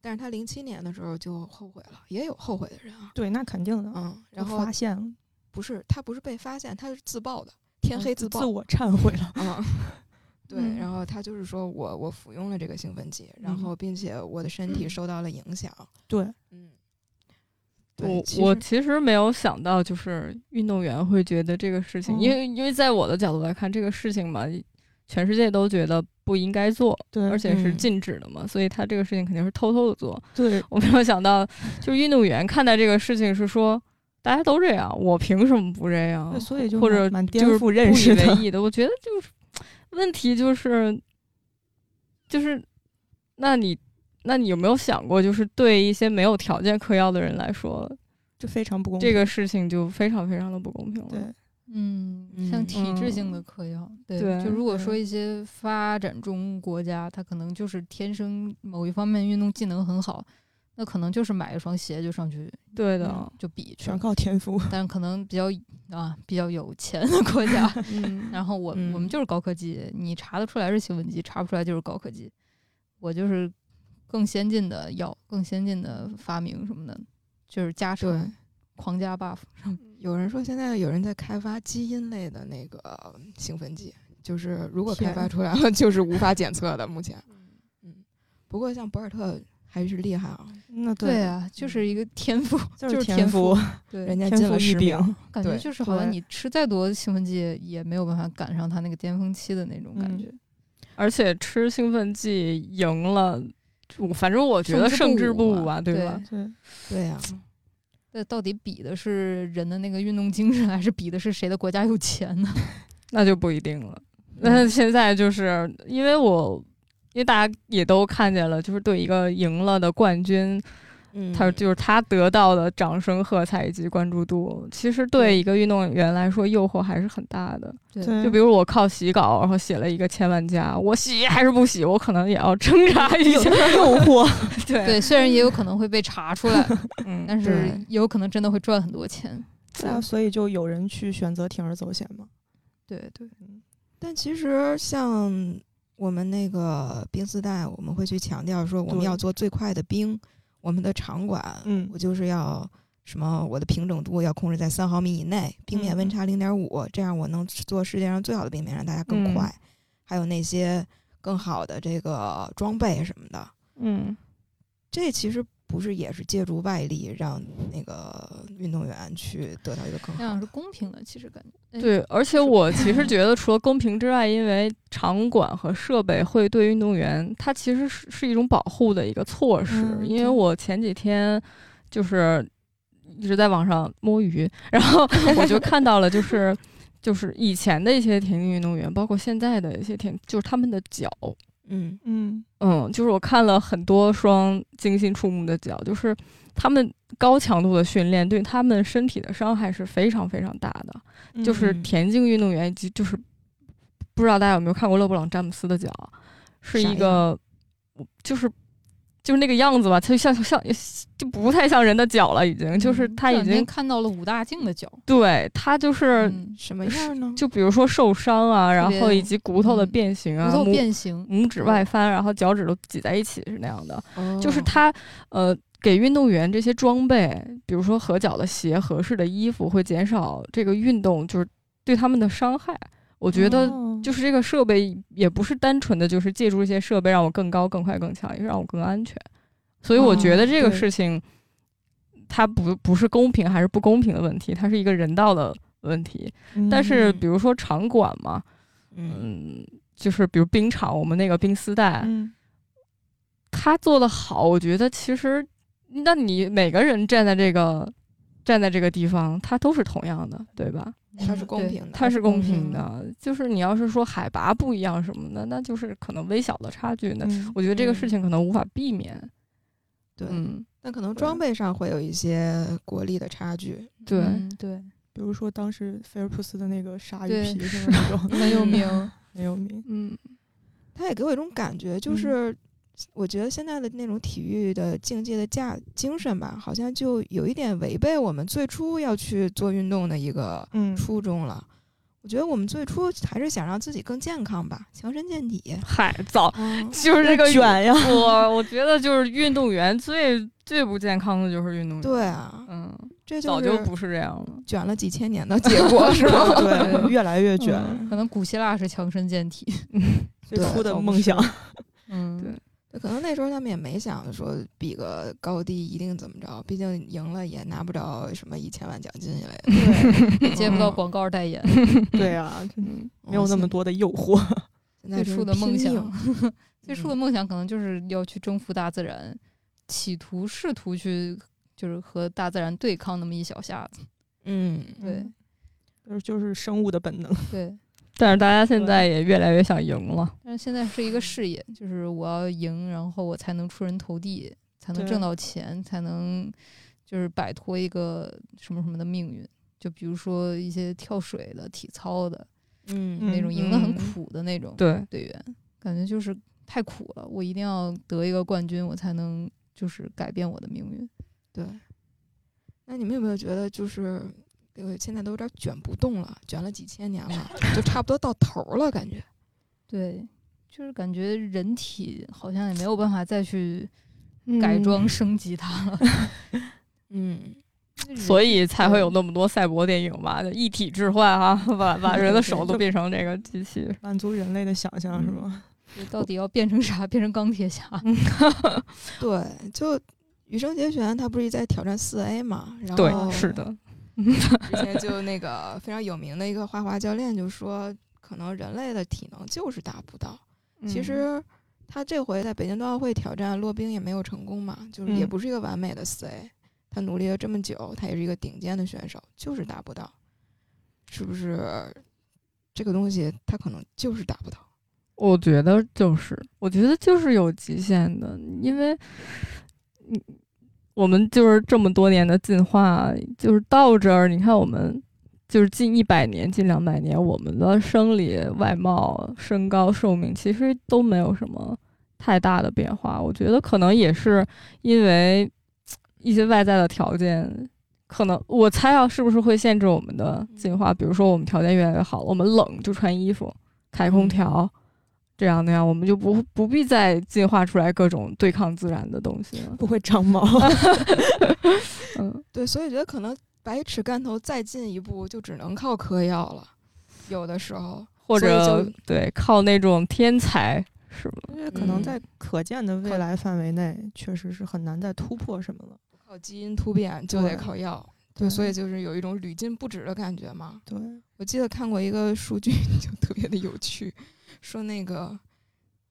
A: 但是她零七年的时候就后悔了，也有后悔的人啊，
D: 对，那肯定的。
A: 嗯，
D: 就
A: 然后
D: 发现了，嗯
A: 不是她不是被发现，她是自曝的，天黑自
D: 哦自
A: 曝，
D: 我忏悔了。
A: 嗯，对，
B: 嗯
A: 然后他就是说我我服用了这个兴奋剂，然
D: 嗯
A: 后并且我的身体受到了影响，
D: 对，
A: 嗯，对
C: 我
A: 其
C: 我
A: 实
C: 其实没有想到，就是运动员会觉得这个事情，因
D: 嗯
C: 为因为在我的角度来看，这个事情嘛，全世界都觉得不应该做，
D: 对，
C: 而且是
A: 嗯
C: 禁止的嘛，所以他这个事情肯定是偷偷的做。
D: 对
C: 我没有想到，就是运动员看待这个事情是说，大家都这样，我凭什么不这样
D: 对，？所以就
C: 嗯或
D: 蛮
C: 者
D: 蛮颠
C: 就是
D: 覆认
C: 不以
D: 识
C: 为
D: 的。
C: 意的。我觉得就是问题就是就是，那你那你有没有想过，就是对一些没有条件嗑药的人来说，
D: 就非常不公平。
C: 这个事情就非常非常的不公平了。
D: 对，
B: 嗯，像
A: 嗯
B: 体制性的
C: 嗯
B: 嗑药，对，
C: 对
B: 就如果
D: 对
B: 说一些发展中国家，他可能就是天生某一方面运动技能很好，那可能就是买一双鞋就上去
C: 对的，
D: 嗯
B: 就比去
D: 全
B: 了，
D: 靠天赋。
C: 嗯
B: 但可能比较啊比较有钱的国家，
C: 嗯
B: 然后我、我们
A: 嗯
B: 就是高科技，你查得出来是兴奋剂，查不出来就是高科技，我就是更先进的药，更先进的发明什么的，就是加成
A: 对，
B: 狂加 buff，
A: 有人说现在有人在开发基因类的那个兴奋剂，就是如果开
D: 天
A: 发出来了， 就是无法检测的，目前，嗯，不过像博尔特还是厉害啊，
D: 那
B: 对，啊，就是一个天赋，
D: 就是
B: 是
D: 天
B: 赋
D: 赋，
B: 对，
A: 人家
D: 天
A: 进
D: 赋
A: 了
D: 异
A: 十
D: 禀
A: 名，。
B: 感觉
A: 对
B: 就是好像
D: 对
B: 你吃再多兴奋剂也没有办法赶上他那个巅峰期的那种感
D: 嗯
B: 觉。
C: 而且吃兴奋剂赢了。我反正我觉得
B: 胜
C: 胜
B: 之
C: 之
B: 不
C: 不
B: 武
C: 武
B: 嘛
C: 吧，对吧？
D: 对，
A: 对啊呀、
B: 那到底比的是人的那个运动精神，还是比的是谁的国家有钱呢？
C: 那就不一定了。那现在就是因为我，因为大家也都看见了，就是对一个赢了的冠军，
A: 嗯
C: 他就是他得到的掌声、喝彩以及关注度，其实对一个运动员来说诱惑还是很大的。
B: 对
D: 对啊
C: 就比如我靠洗稿，然后写了一个千万加，我洗还是不洗，我可能也要挣扎一
D: 有
C: 下
D: 那。个 诱惑，
C: 对，
B: 对，虽然也有可能会被查出来，
C: 嗯，
B: 但是
A: 对
B: 也有可能真的会赚很多钱。
D: 对啊，所以就有人去选择铤而走险嘛。
B: 对对，
A: 但其实像我们那个冰丝带，我们会去强调说我们
D: 对
A: 要做最快的冰，我们的场馆，
D: 嗯
A: 我就是要什么，我的平整度要控制在三毫米以内，冰面温
D: 嗯
A: 差零点五，这样我能做世界上最好的冰面，让大家更
C: 嗯
A: 快，还有那些更好的这个装备什么的，
C: 嗯，
A: 这其实。不是，也是借助外力让那个运动员去得到一个更
B: 那
A: 好
B: 样是
A: 的。
B: 公平的，其实感觉。哎，
D: 嗯
C: 对，而且我其实觉得，除了公平之外，因为场馆和设备会对运动员，它其实是是一种保护的一个措施。
D: 嗯
C: 因为
D: 对
C: 我前几天就是一直在网上摸鱼，然后我就看到了，就是就是以前的一些田径运动员，包括现在的一些田，就是他们的脚，
A: 嗯
D: 嗯，
C: 嗯，就是我看了很多双惊心触目的脚，就是他们高强度的训练对他们身体的伤害是非常非常大的。就是
A: 嗯
C: 田径运动员以及就是不知道大家有没有看过勒布朗詹姆斯的脚，是
A: 啥
C: 一个我就是就是那个样子吧，它就像像就不太像人的脚了，已经就是
B: 嗯
C: 他
B: 这
C: 已
B: 两天
C: 经
B: 看到了武大靖的脚，
C: 对他就是。
B: 嗯
A: 什么样呢？
C: 就比如说受伤啊，然
B: 别
C: 后以及骨头的
B: 嗯
C: 变形啊，
B: 骨头
C: 拇
B: 变嗯形，
C: 拇指外翻，然后脚趾都挤在一起是那样的。就是
D: 嗯
A: 哦
C: 他呃给运动员这些装备，比如说合脚的鞋、合适的衣服，会减少这个运动就是对他们的伤害。我觉得
D: 哦
C: 就是这个设备也不是单纯的就是借助这些设备让我更高、更快、更强，也是让我更安全。所以我觉得这个
D: 哦对
C: 事情，它不不是公平还是不公平的问题，它是一个人道的问题。但是
A: 嗯
C: 比如说场馆嘛，
A: 嗯
C: 嗯，就是比如冰场，我们那个冰丝带，
D: 嗯，
C: 他做的好，我觉得其实，那你每个人站在这个站在这个地方，它都是同样的，对吧？
A: 它是公
B: 嗯对
A: 平的，
C: 它是公平
B: 嗯
C: 的，就是你要是说海拔不一样什么的，那就是可能微小的差距那
D: 嗯
C: 我觉得这个事
A: 嗯
C: 情可能无法避免。
A: 对。
C: 嗯，
A: 但可能装备上会有一些国力的差距，
C: 对，
B: 嗯对，
D: 比如说当时菲尔普斯的那个鲨鱼
B: 对
D: 皮是吧那种
B: 很有名。
D: 很有名，
C: 嗯
A: 它也给我一种感觉，就是我觉得现在的那种体育的竞技的价精神吧，好像就有一点违背我们最初要去做运动的一个
D: 嗯，
A: 初衷了。我觉得我们最初还是想让自己更健康吧，强身健体。
C: 嗨，早
A: 嗯，
C: 就是这个
D: 卷呀，
C: 我我觉得就是运动员最最不健康的就是运动员，
A: 对啊，
C: 嗯，
A: 这
C: 早
A: 是
C: 就不是这样了。
A: 卷了几千年的结 果，是吧？
D: 对，越来越卷，
C: 嗯
B: 可能古希腊是强身健体，
D: 最
A: 对
D: 初的
C: 早不
D: 梦想，
B: 嗯，
C: 对
A: 可能那时候他们也没想着说比个高低一定怎么着，毕竟赢了也拿不着什么一千万奖金一类的，
D: 对，
B: 接不到广告代言，
D: 对啊，真
C: 嗯，
D: 没有那么多的诱惑，
A: 现在就是
B: 最初的梦想
A: 拼命。
B: 最
C: 嗯
B: 初的梦想可能就是要去征服大自然，企图试图去就是和大自然对抗那么一小下子。
A: 嗯，
B: 对
D: 对，就是生物的本能，
B: 对，
C: 但是大家现在也越来越想赢了。
B: 但是现在是一个事业，就是我要赢，然后我才能出人头地，才能
D: 对
B: 挣到钱，才能就是摆脱一个什么什么的命运。就比如说一些跳水的、体操的
A: 嗯
B: 那种，赢得很
C: 嗯
B: 苦的那种
C: 对，
B: 队员，感觉就是太苦了，我一定要得一个冠军，我才能就是改变我的命运。
A: 对。那你们有没有觉得就是呃现在都有点卷不动了，卷了几千年了，就差不多到头了，感觉。
B: 对，就是感觉人体好像也没有办法再去改装升级它了，
A: 嗯，
C: 所
B: 以
C: 以才会有那么多赛博电影吧，就一体置换啊，把把人的手都变成这个机器。
D: 满足人类的想
C: 嗯
D: 象是吗？
B: 到底要变成啥？变成钢铁侠？
A: 对，就羽生结弦他不是一直在挑战四 A 嘛，然后
C: 对，是的，
A: 之前就那个非常有名的一个花滑教练就说，可能人类的体能就是达不到。其实他这回在北京冬奥会挑战落冰也没有成功嘛，就是也
D: 嗯
A: 不是一个完美的四 A。他努力了这么久，他也是一个顶尖的选手，就是达不到，是不是？这个东西他可能就是达不到。
C: 我觉得就是，我觉得就是有极限的，因为你我们就是这么多年的进化，就是到这儿，你看我们。就是近一百年、近两百年，我们的生理、外貌、身高、寿命其实都没有什么太大的变化。我觉得可能也是因为嘖一些外在的条件，可能我猜啊，是不是会限制我们的进化？比如说我们条件越来越好了，我们冷就穿衣服、开空调，这样那样，我们就不不必再进化出来各种对抗自然的东西了。
D: 不会长毛，
C: 嗯，
A: 对，所以觉得可能百尺竿头再进一步，就只能靠嗑药了。有的时候，
C: 或
A: 所以
C: 者
A: 就
C: 对靠那种天才是吧？
D: 因为可
C: 嗯
D: 能在可见的未来范围内，确实是很难再突破什么了。
A: 靠基因突变就
D: 对
A: 得靠药，对，所以就是有一种屡禁不止的感觉嘛。
D: 对，
A: 我记得看过一个数据， 就特别的有趣，说那个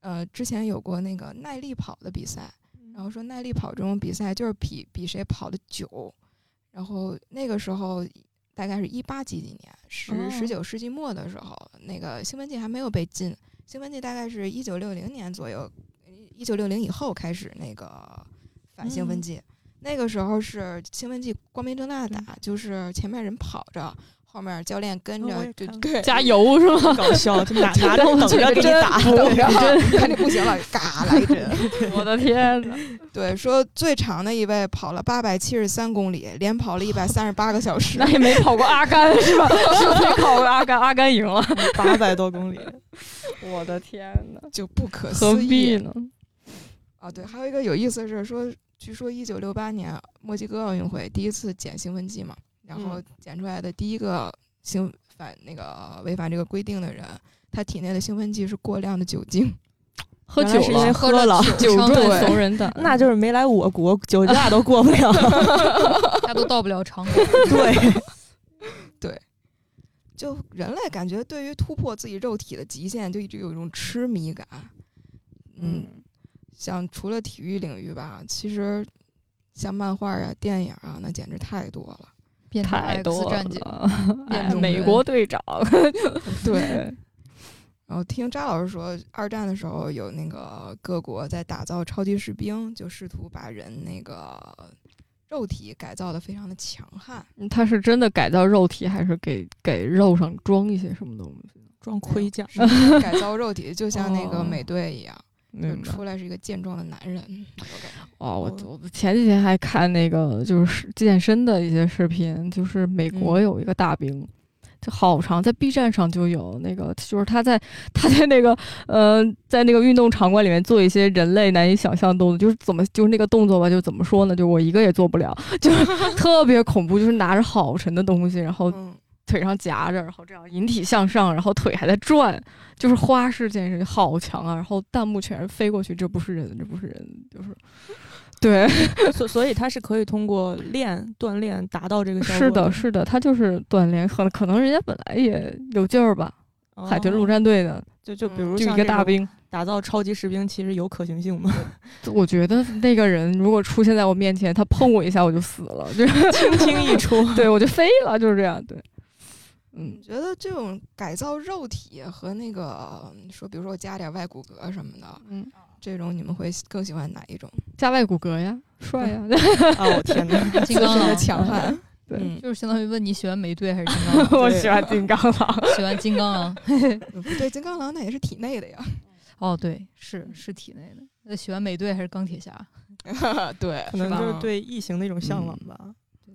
A: 呃，之前有过那个耐力跑的比赛，然后说耐力跑这种比赛就是比比谁跑的久，然后那个时候大概是一八几几年，十十九世纪末的时候，那个兴奋剂还没有被禁，兴奋剂大概是一九六零年左右，一九六零以后开始那个反兴奋
D: 嗯
A: 剂。那个时候是兴奋剂光明正大的打，就是前面人跑着，后面教练跟
D: 哦我
A: 着
D: 也
A: 就
D: 看了
A: 对，
C: 加 油是吗？
D: 搞笑，就拿 拿着等着给你
A: 真
D: 打，
A: 不
D: 对
A: 然后 看你不行了，嘎 来一针。
C: 我的天哪！
A: 对，说最长的一位跑了八百七十三公里，连跑了一百三十八个小时
C: 那。也没跑过阿甘是吧？ 是没跑过阿甘，阿甘赢了。
D: 八百 多公里，
C: 我的天哪！
A: 就不可
C: 何
A: 思
C: 必
A: 议
C: 呢？
A: 啊！对，还有一个有意思的是说，据说一九六八年墨西哥奥运会第一次检兴奋剂嘛，然后
D: 嗯
A: 检出来的第一个兴反那个违反这个规定的人，他体内的兴奋剂是过量的酒精。
C: 喝
D: 原来
C: 酒
D: 是因为
C: 了，
D: 喝了，
C: 酒
B: 伤
C: 壮
B: 了
C: 怂人胆，
D: 那就是没来我国，酒驾都过不 了。
B: 他都到不了场馆。
D: 对，
A: 就人类感觉对于突破自己肉体的极限，就一直有一种痴迷感。嗯，像除了体育领域吧，其实像漫画啊、电影啊，那简直太多了。
B: 变成
C: 太
B: X
C: 多
B: 战警，
C: 了。
B: 变
C: 哎
B: 种
C: 美
B: 人
C: 国队长，
A: 对，然后听张老师说，二战的时候有那个各国在打造超级士兵，就试图把人那个肉体改造的非常的强 悍。
C: 嗯他是真的改造肉体，还是给给肉上装一些什么东西？
D: 装盔甲，
A: 是 不是改造肉体，就像那个
C: 哦
A: 美队一样，就
C: 明白
A: 出来是一个健壮的男人。我感觉
C: 哦，我
D: 我
C: 我前几天还看那个就是健身的一些视频，就是美国
A: 嗯
C: 有一个大兵。就好长，在 B 站上就有那个，就是他在他在那个呃，在那个运动场馆里面做一些人类难以想象的动作，就是怎么就是那个动作吧，就怎么说呢，就我一个也做不了， 就是特别恐怖，就是拿着好沉的东西，然后
A: 嗯，
C: 腿上夹着，然后这样引体向上，然后腿还在转，就是花式健身，好强啊！然后弹幕全是飞过去，这不是人，这不是人，就是对，
D: 所所以他是可以通过练锻炼达 到这个效果。
C: 是的，，是的，他就是锻炼，很可能人家本来也有劲儿吧，海军陆
D: 战
C: 战队的，
D: 就就比
A: 嗯
D: 如
C: 就
D: 哦像
C: 一个
D: 这
C: 大
D: 种
C: 兵。
D: 打造超级士兵，其实有可行性嘛？
C: 我觉得那个人如果出现在我面前，他碰我一下我就死了， 就是
D: 轻轻一 出，
C: 对我就飞了，就是这样，对，嗯
A: 你。觉得这种改造肉体和那个说，比如说我加点外骨骼什么的，
C: 嗯，
A: 这种你们会更喜欢哪 一种？
C: 加外骨骼呀，帅呀，
D: 啊，我天哪！
B: 金刚
A: 自身的
B: 狼，
A: 强悍，
C: 对，
D: 嗯
B: 就是相当于问你喜欢美队还是金刚狼，
C: 我喜欢金刚狼。
B: 喜欢金刚啊狼。
A: 嗯不对，金刚狼那也是体内的呀。
B: 哦，对，是是体内的。那喜欢美队还是钢铁侠？
A: 啊对，
D: 可能
A: 吧
D: 就是对异形的一种向往
C: 嗯
D: 吧。
A: 嗯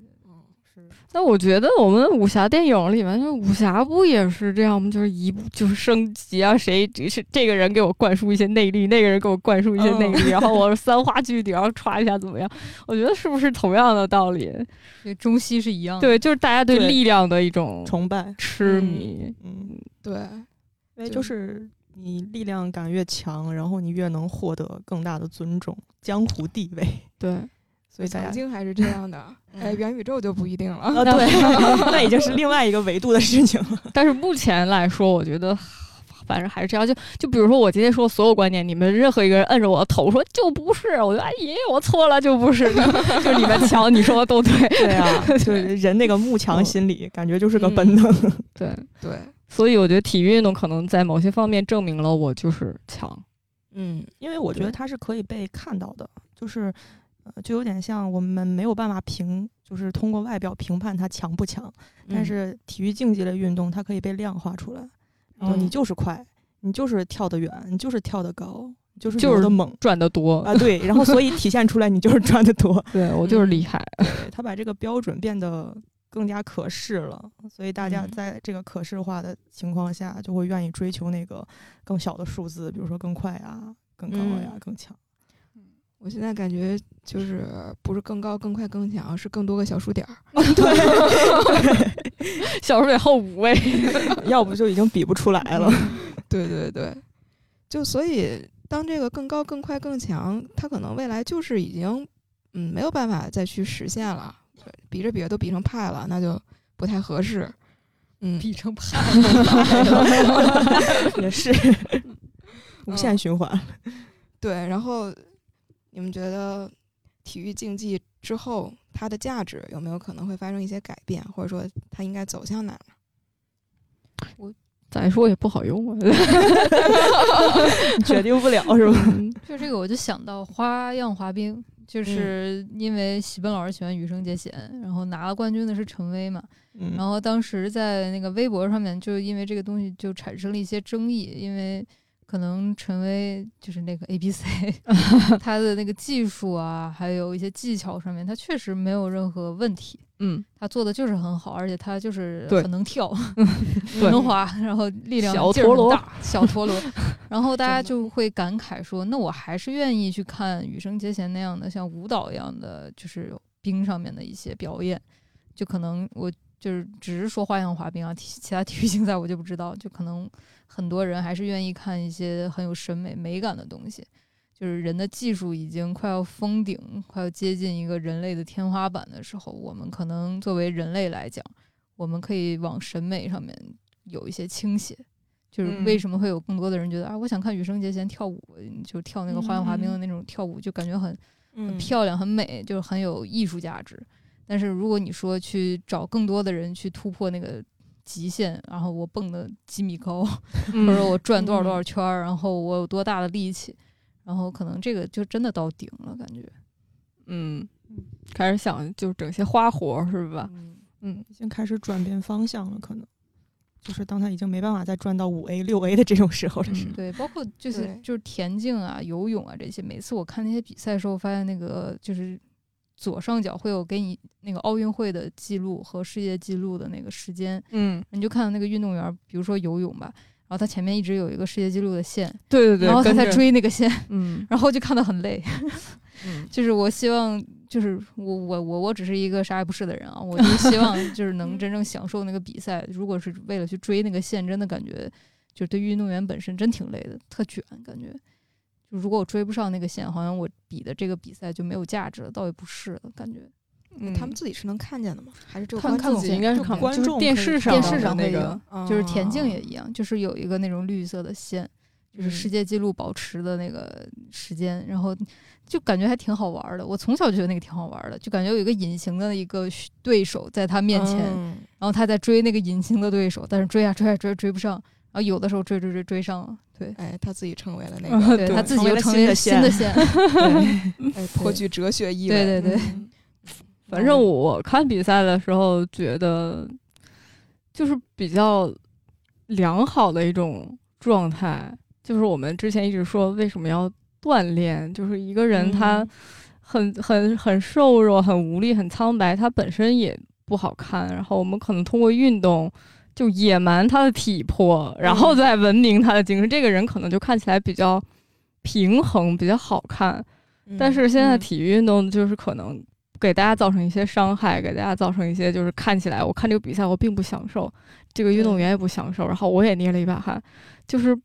D: 是，
C: 那我觉得我们武侠电影里面，就是武侠不也是这样吗？就是一步就是升级啊，谁只是这个人给我灌输一些内力，那个人给我灌输一些内力，
D: 嗯
C: 然后我三花聚顶，然后歘一下怎么样？我觉得是不是同样的道理？
B: 对，中西是一样的。
C: 对，就是大家对
D: 嗯对
C: 力量的一种
D: 崇拜，
C: 痴迷。
D: 嗯，
A: 对，
D: 因
A: 对
D: 为就是你力量感越强，然后你越能获得更大的尊重、江湖地位，
C: 对，
D: 所以大
A: 曾
D: 家。
A: 经还是这样的。哎，元宇宙就不一定了。
D: 啊，对， 那已经是另外一个维度的事情了。
C: 但是目前来说，我觉得。反正还是这样，就就比如说我今天说的所有观点，你们任何一个人摁着我的头说就不是，我就哎爷爷我错了就不是， 就你们瞧你说的都对，
D: 对啊，就是人那个慕强心理，感觉就是个本能。
C: 对，
A: 对，
C: 所以我觉得体育运动可能在某些方面证明了我就是强。
A: 嗯，
D: 因为我觉
C: 对
D: 得它是可以被看到的，就是，呃，就有点像我们没有办法评，就是通过外表评判它强不强，
A: 嗯
D: 但是体育竞技类运动它可以被量化出来，然后你
A: 嗯
D: 就是快，你就是跳得远，你就是跳得高，你就是
C: 就是
D: 游得猛。
C: 赚得多，
D: 啊，对，然后所以体现出来你就是赚得多，
C: 对我就是厉害。
D: 对他把这个标准变得更加可视了，所以大家
A: 嗯
D: 在这个可视化的情况下，就会愿意追求那个更小的数字，比如说更快啊、更高呀、
A: 嗯
D: 更强。
A: 我现在感觉就是不是更高、更快、更强，是更多个小数点儿。
C: 小时候得后五位，
D: 要不就已经比不出来了。
A: 对对对，就所以当这个更高、更快、更强，它可能未来就是已经嗯没有办法再去实现了，比着比着都比成派了，那就不太合适。嗯，
B: 比成派，
D: 嗯 也是无限循环。
A: 对。然后你们觉得体育竞技之后它的价值有没有可能会发生一些改变，或者说它应该走向哪儿？
C: 再说也不好用啊。
D: 你决定不了是吧？
B: 就这个我就想到花样滑冰，就是因为喜奔老师喜欢羽生结弦，然后拿了冠军的是陈薇嘛，然
D: 嗯，
B: 后当时在那个微博上面，就因为这个东西就产生了一些争议，因为可能陈薇就是那个 A B C，他的那个技术啊，还有一些技巧上面，他确实没有任何问题，
C: 嗯，
B: 他做的就是很好，而且他就是
C: 对
B: 很能跳，
C: 对
B: 很能滑，然后力量
C: 小
B: 劲儿
C: 陀
B: 很
C: 螺
B: 大，小陀 螺。然后大家
A: 真
B: 就会感慨说，那我还是愿意去看羽生结弦那样的像舞蹈一样的，就是冰上面的一些表演。就可能我就是只是说花样滑冰啊，其其他体育竞赛我就不知道。就可能很多人还是愿意看一些很有审美美感的东西。就是人的技术已经快要封顶，快要接近一个人类的天花板的时候，我们可能作为人类来讲，我们可以往审美上面有一些倾斜。就是为
A: 嗯
B: 什么会有更多的人觉得、啊，我想看羽生结弦跳舞，就跳那个花样滑冰的那种跳舞，就感觉很
A: 嗯
B: 很漂亮、很美，就是很有艺术价值。但是如果你说去找更多的人去突破那个极限，然后我蹦的几米高，或者我转多少多
C: 嗯
B: 少圈儿，然后我有多大的力气，然后可能这个就真的到顶了，感觉。
C: 嗯，开始想就整些花活儿是吧？
B: 嗯，
C: 嗯，
D: 已经开始转变方向了，可能就是当他已经没办法再转到五 A、六 A 的这种时候 了。
C: 嗯
B: 对，包括就是
A: 对
B: 就是田径啊、游泳啊这些，每次我看那些比赛的时候，发现那个就是左上角会有给你那个奥运会的记录和世界纪录的那个时间，
C: 嗯，
B: 你就看到那个运动员儿，比如说游泳吧，然后他前面一直有一个世界纪录的线，
C: 对对对，
B: 然后他
C: 跟
B: 在
C: 着，
B: 追那个线，
C: 嗯
B: 然后就看得很累。
C: 嗯
B: 就是我希望，就是我我我我只是一个啥也不是的人啊，我就希望就是能真正享受那个比赛。如果是为了去追那个线，真的感觉就是对运动员本身真挺累的，特卷感觉。就如果我追不上那个线，好像我比的这个比赛就没有价值了，倒也不是了，感觉
C: 嗯，
A: 他们自己是能看见的吗？还是只有
C: 他们
A: 观众哦
C: 自己应该是
D: 就
C: 看不
D: 观
C: 见就是
D: 众
C: 电
D: 可以
C: 视上
B: 电
C: 的
B: 视上
C: 那
B: 会
C: 个
B: 有，就是田径
A: 嗯
B: 也一样，就是有一个那种绿色的线，就是世界纪录保持的那个时间，然后就感觉还挺好玩儿的。我从小就觉得那个挺好玩儿的，就感觉有一个隐形的一个对手在他面前，
A: 嗯
B: 然后他在追那个隐形的对手，但是追啊追啊追啊追不上，然后有的时候追追追追上了， 对。
A: 哎，他自己成为了 那
C: 啊
A: 个
B: 对
C: 对
B: 他自己
D: 成为
B: 又
D: 了
B: 成
D: 新
B: 为
D: 的
B: 了新的线，
A: 哎颇具哲学意味。
B: 嗯对对 对，
A: 嗯
C: 反正我看比赛的时候觉得，就是比较良好的一种状态。就是我们之前一直说为什么要锻炼，就是一个人他
A: 嗯
C: 很、很很瘦弱、很无力、很苍白，他本身也不好看。然后我们可能通过运动。就野蛮他的体魄，然后
A: 嗯
C: 再文明他的精神，这个人可能就看起来比较平衡，比较好看。但是现在
A: 嗯
C: 体育运动就是可能给大家造成一些伤害，给大家造成一些就是看起来我看这个比赛我并不享受，这个运动员也不享受，然后我也捏了一把汗，就是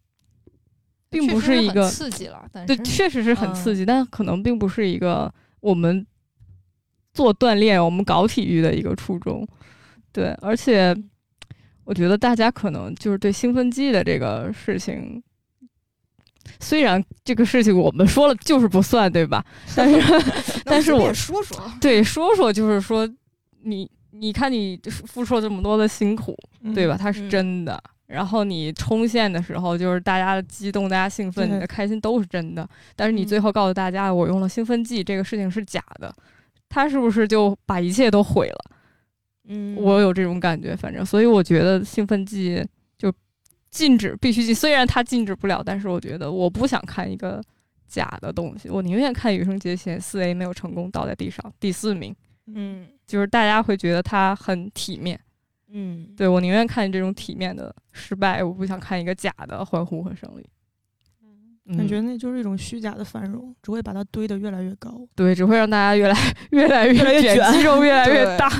C: 并不
B: 确实
C: 是一
B: 很
C: 个
B: 刺激嗯了，但
C: 对，
B: 是
C: 确实是很刺激，但可能并不是一个我们做锻炼、我们搞体育的一个初衷。对，而且我觉得大家可能就是对兴奋剂的这个事情，虽然这个事情我们说了就是不算，对吧？但是
A: 那
C: 但是
A: 随便
C: 我
A: 说说，
C: 对说说就是说你。你看，你付出了这么多的辛苦，对吧？？它是
A: 嗯
C: 真的。然后你冲线的时候，就是大家的激动、大家兴奋、
D: 对
C: 你的开心都是真的。但是你
A: 嗯
C: 最后告诉大家，我用了兴奋剂，这个事情是假的，他是不是就把一切都毁了？
A: 嗯，
C: 我有这种感觉，反正，所以我觉得兴奋剂就禁止，必须禁。虽然它禁止不了，但是我觉得我不想看一个假的东西，我宁愿看羽生结弦四 A 没有成功倒在地上第四名，
A: 嗯
C: 就是大家会觉得他很体面。
A: 嗯，
C: 对我宁愿看这种体面的失败，我不想看一个假的欢呼和胜利。嗯
D: 感觉那就是一种虚假的繁荣，只会把它堆得越来越高。
C: 对，只会让大家越来越来越
D: 越来越
C: 卷，
D: 卷
C: 肌肉越来越
A: 对
C: 大。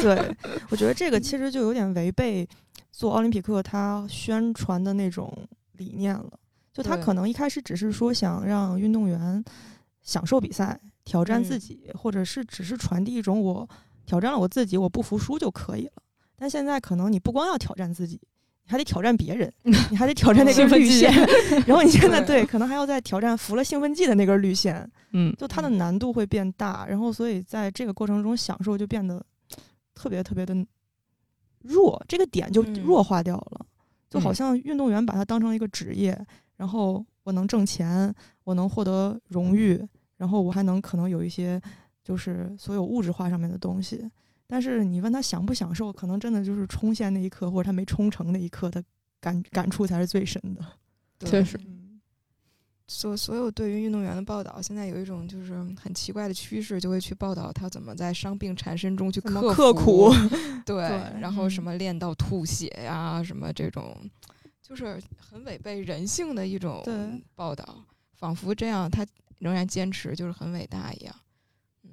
D: 对，我觉得这个其实就有点违背做奥林匹克他宣传的那种理念了。就他
A: 对
D: 可能一开始只是说想让运动员享受比赛、挑战自
A: 嗯
D: 己，或者是只是传递一种我挑战了我自己，我不服输就可以了。但现在可能你不光要挑战自己，你还得挑战别人，你还得挑战那根
C: 兴奋
D: 绿
C: 剂
D: 线， 然后你现在
A: 对
D: 对可能还要再挑战服了兴奋剂的那根绿线。
C: 嗯，
D: 就它的难度会变大，然后所以在这个过程中享受就变得特别特别的弱，这个点就
A: 嗯
D: 弱化掉了，就好
C: 嗯
D: 像运动员把它当成一个职业，然后我能挣钱，我能获得荣誉，然后我还能可能有一些就是所有物质化上面的东西。但是你问他享不享受，可能真的就是冲线那一刻，或者他没冲成那一刻的感感触才是最深的。
A: 对
C: 确实
D: 嗯，
A: 所所有对于运动员的报道，现在有一种就是很奇怪的趋势，就会去报道他怎么在伤病缠身中去
D: 怎么
A: 克
D: 刻
A: 服
D: 苦，
A: 对，
D: 对
A: 然后
B: 嗯
A: 什么练到吐血呀、什么这种，就是很违背人性的一种
D: 对
A: 报道，仿佛这样他仍然坚持就是很伟大一样。嗯，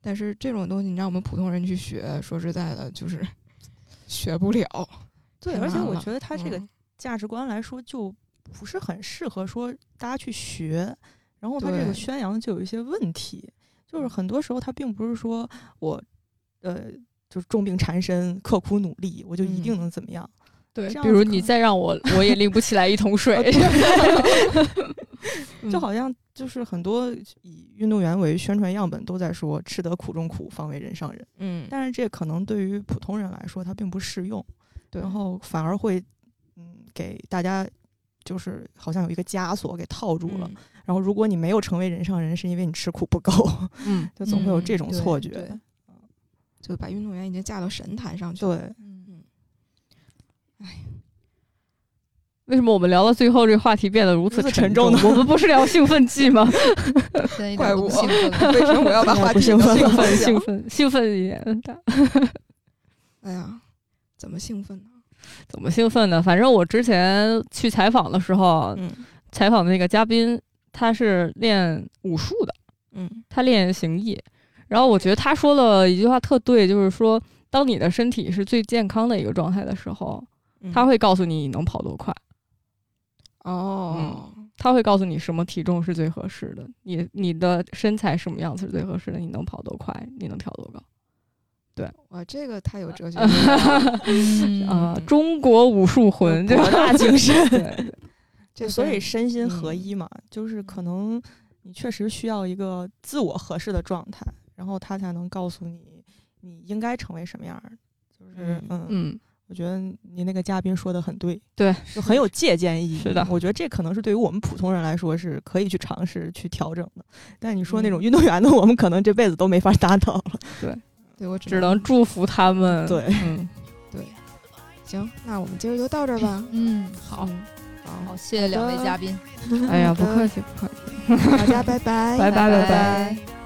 A: 但是这种东西你让我们普通人去学，说实在的，就是 学不了。
D: 对，
A: 太
D: 而且
A: 难
D: 我
A: 了
D: 觉得他这个
A: 嗯
D: 价值观来说，就不是很适合说大家去学。然后他这个
A: 对
D: 宣扬就有一些问题，就是很多时候他并不是说我，呃，就是重病缠身、刻苦努力，我就一定
B: 嗯
D: 能怎么样。
C: 对
D: 这，样
C: 比如
D: 子可
C: 你
D: 能
C: 再让我，我也拎不起来一桶水
D: 啊。对
C: 嗯
D: 就好像就是很多以运动员为宣传样本都在说“吃得苦中苦，方为人上人”，
A: 嗯，
D: 但是这可能对于普通人来说，它并不适用，
A: 对
D: 然后反而会嗯给大家就是好像有一个枷锁给套住了。
A: 嗯
D: 然后如果你没有成为人上人，是因为你吃苦不够，
C: 嗯，
D: 就总会有这
B: 嗯
D: 种
B: 对
D: 错觉。
A: 对就把运动员已经架到神坛上去了。
D: 对，
B: 嗯
C: 为什么我们聊到最后这个话题变得如此
D: 如此
C: 沉
D: 沉重呢
C: 我们不是聊兴奋剂 吗？
B: 现在一
A: 怪
B: 点都不
A: 我
B: 兴奋 了。
A: 为什么我要把话
D: 不
A: 题
D: 兴奋
A: 引
D: 了
A: 到这儿？
C: 兴 奋，兴奋，兴奋也
D: 嗯
C: 大。
A: 哎呀，怎么兴奋呢？
C: 怎么兴奋呢？反正我之前去采访的时候，
A: 嗯
C: 采访的那个嘉宾他是练武术的，
A: 嗯
C: 他练形意。然后我觉得他说了一句话特对，就是说，当你的身体是最健康的一个状态的时候，
A: 嗯，
C: 他会告诉你你能跑多快，
A: 哦，
C: 他会告诉你什么体重是最合适的，你你的身材什么样子是最合适的，你能跑多快，你能跳多高。
A: 哇，这个太有哲学意义了，
B: 嗯
C: 啊、中国武术魂，对吧？
D: 博大精深。
C: 对 对
D: 就所以身心合
A: 嗯
D: 一嘛，就是可能你确实需要一个自我合适的状态，然后他才能告诉你你应该成为什么样儿。就是
A: 嗯
D: 嗯，
C: 嗯，
D: 我觉得你那个嘉宾说的很对，
C: 对，
D: 就很有借鉴意义。
C: 是的
D: 我觉得这可能是对于我们普通人来说是可以去尝试去调整的，但你说那种运动员的，我们可能这辈子都没法达到了。
A: 对我
C: 只能祝福他们。
D: 对，
C: 嗯，
A: 行，那我们今儿就到这儿吧。
B: 嗯，好
A: 嗯，好
B: 好，，谢谢两位
A: 好的
B: 嘉宾，
D: 嗯
C: 哎呀，不
A: 好的
C: 客气，不客气。
A: 大家拜拜，
C: 拜拜
B: 拜
C: 拜
A: 拜。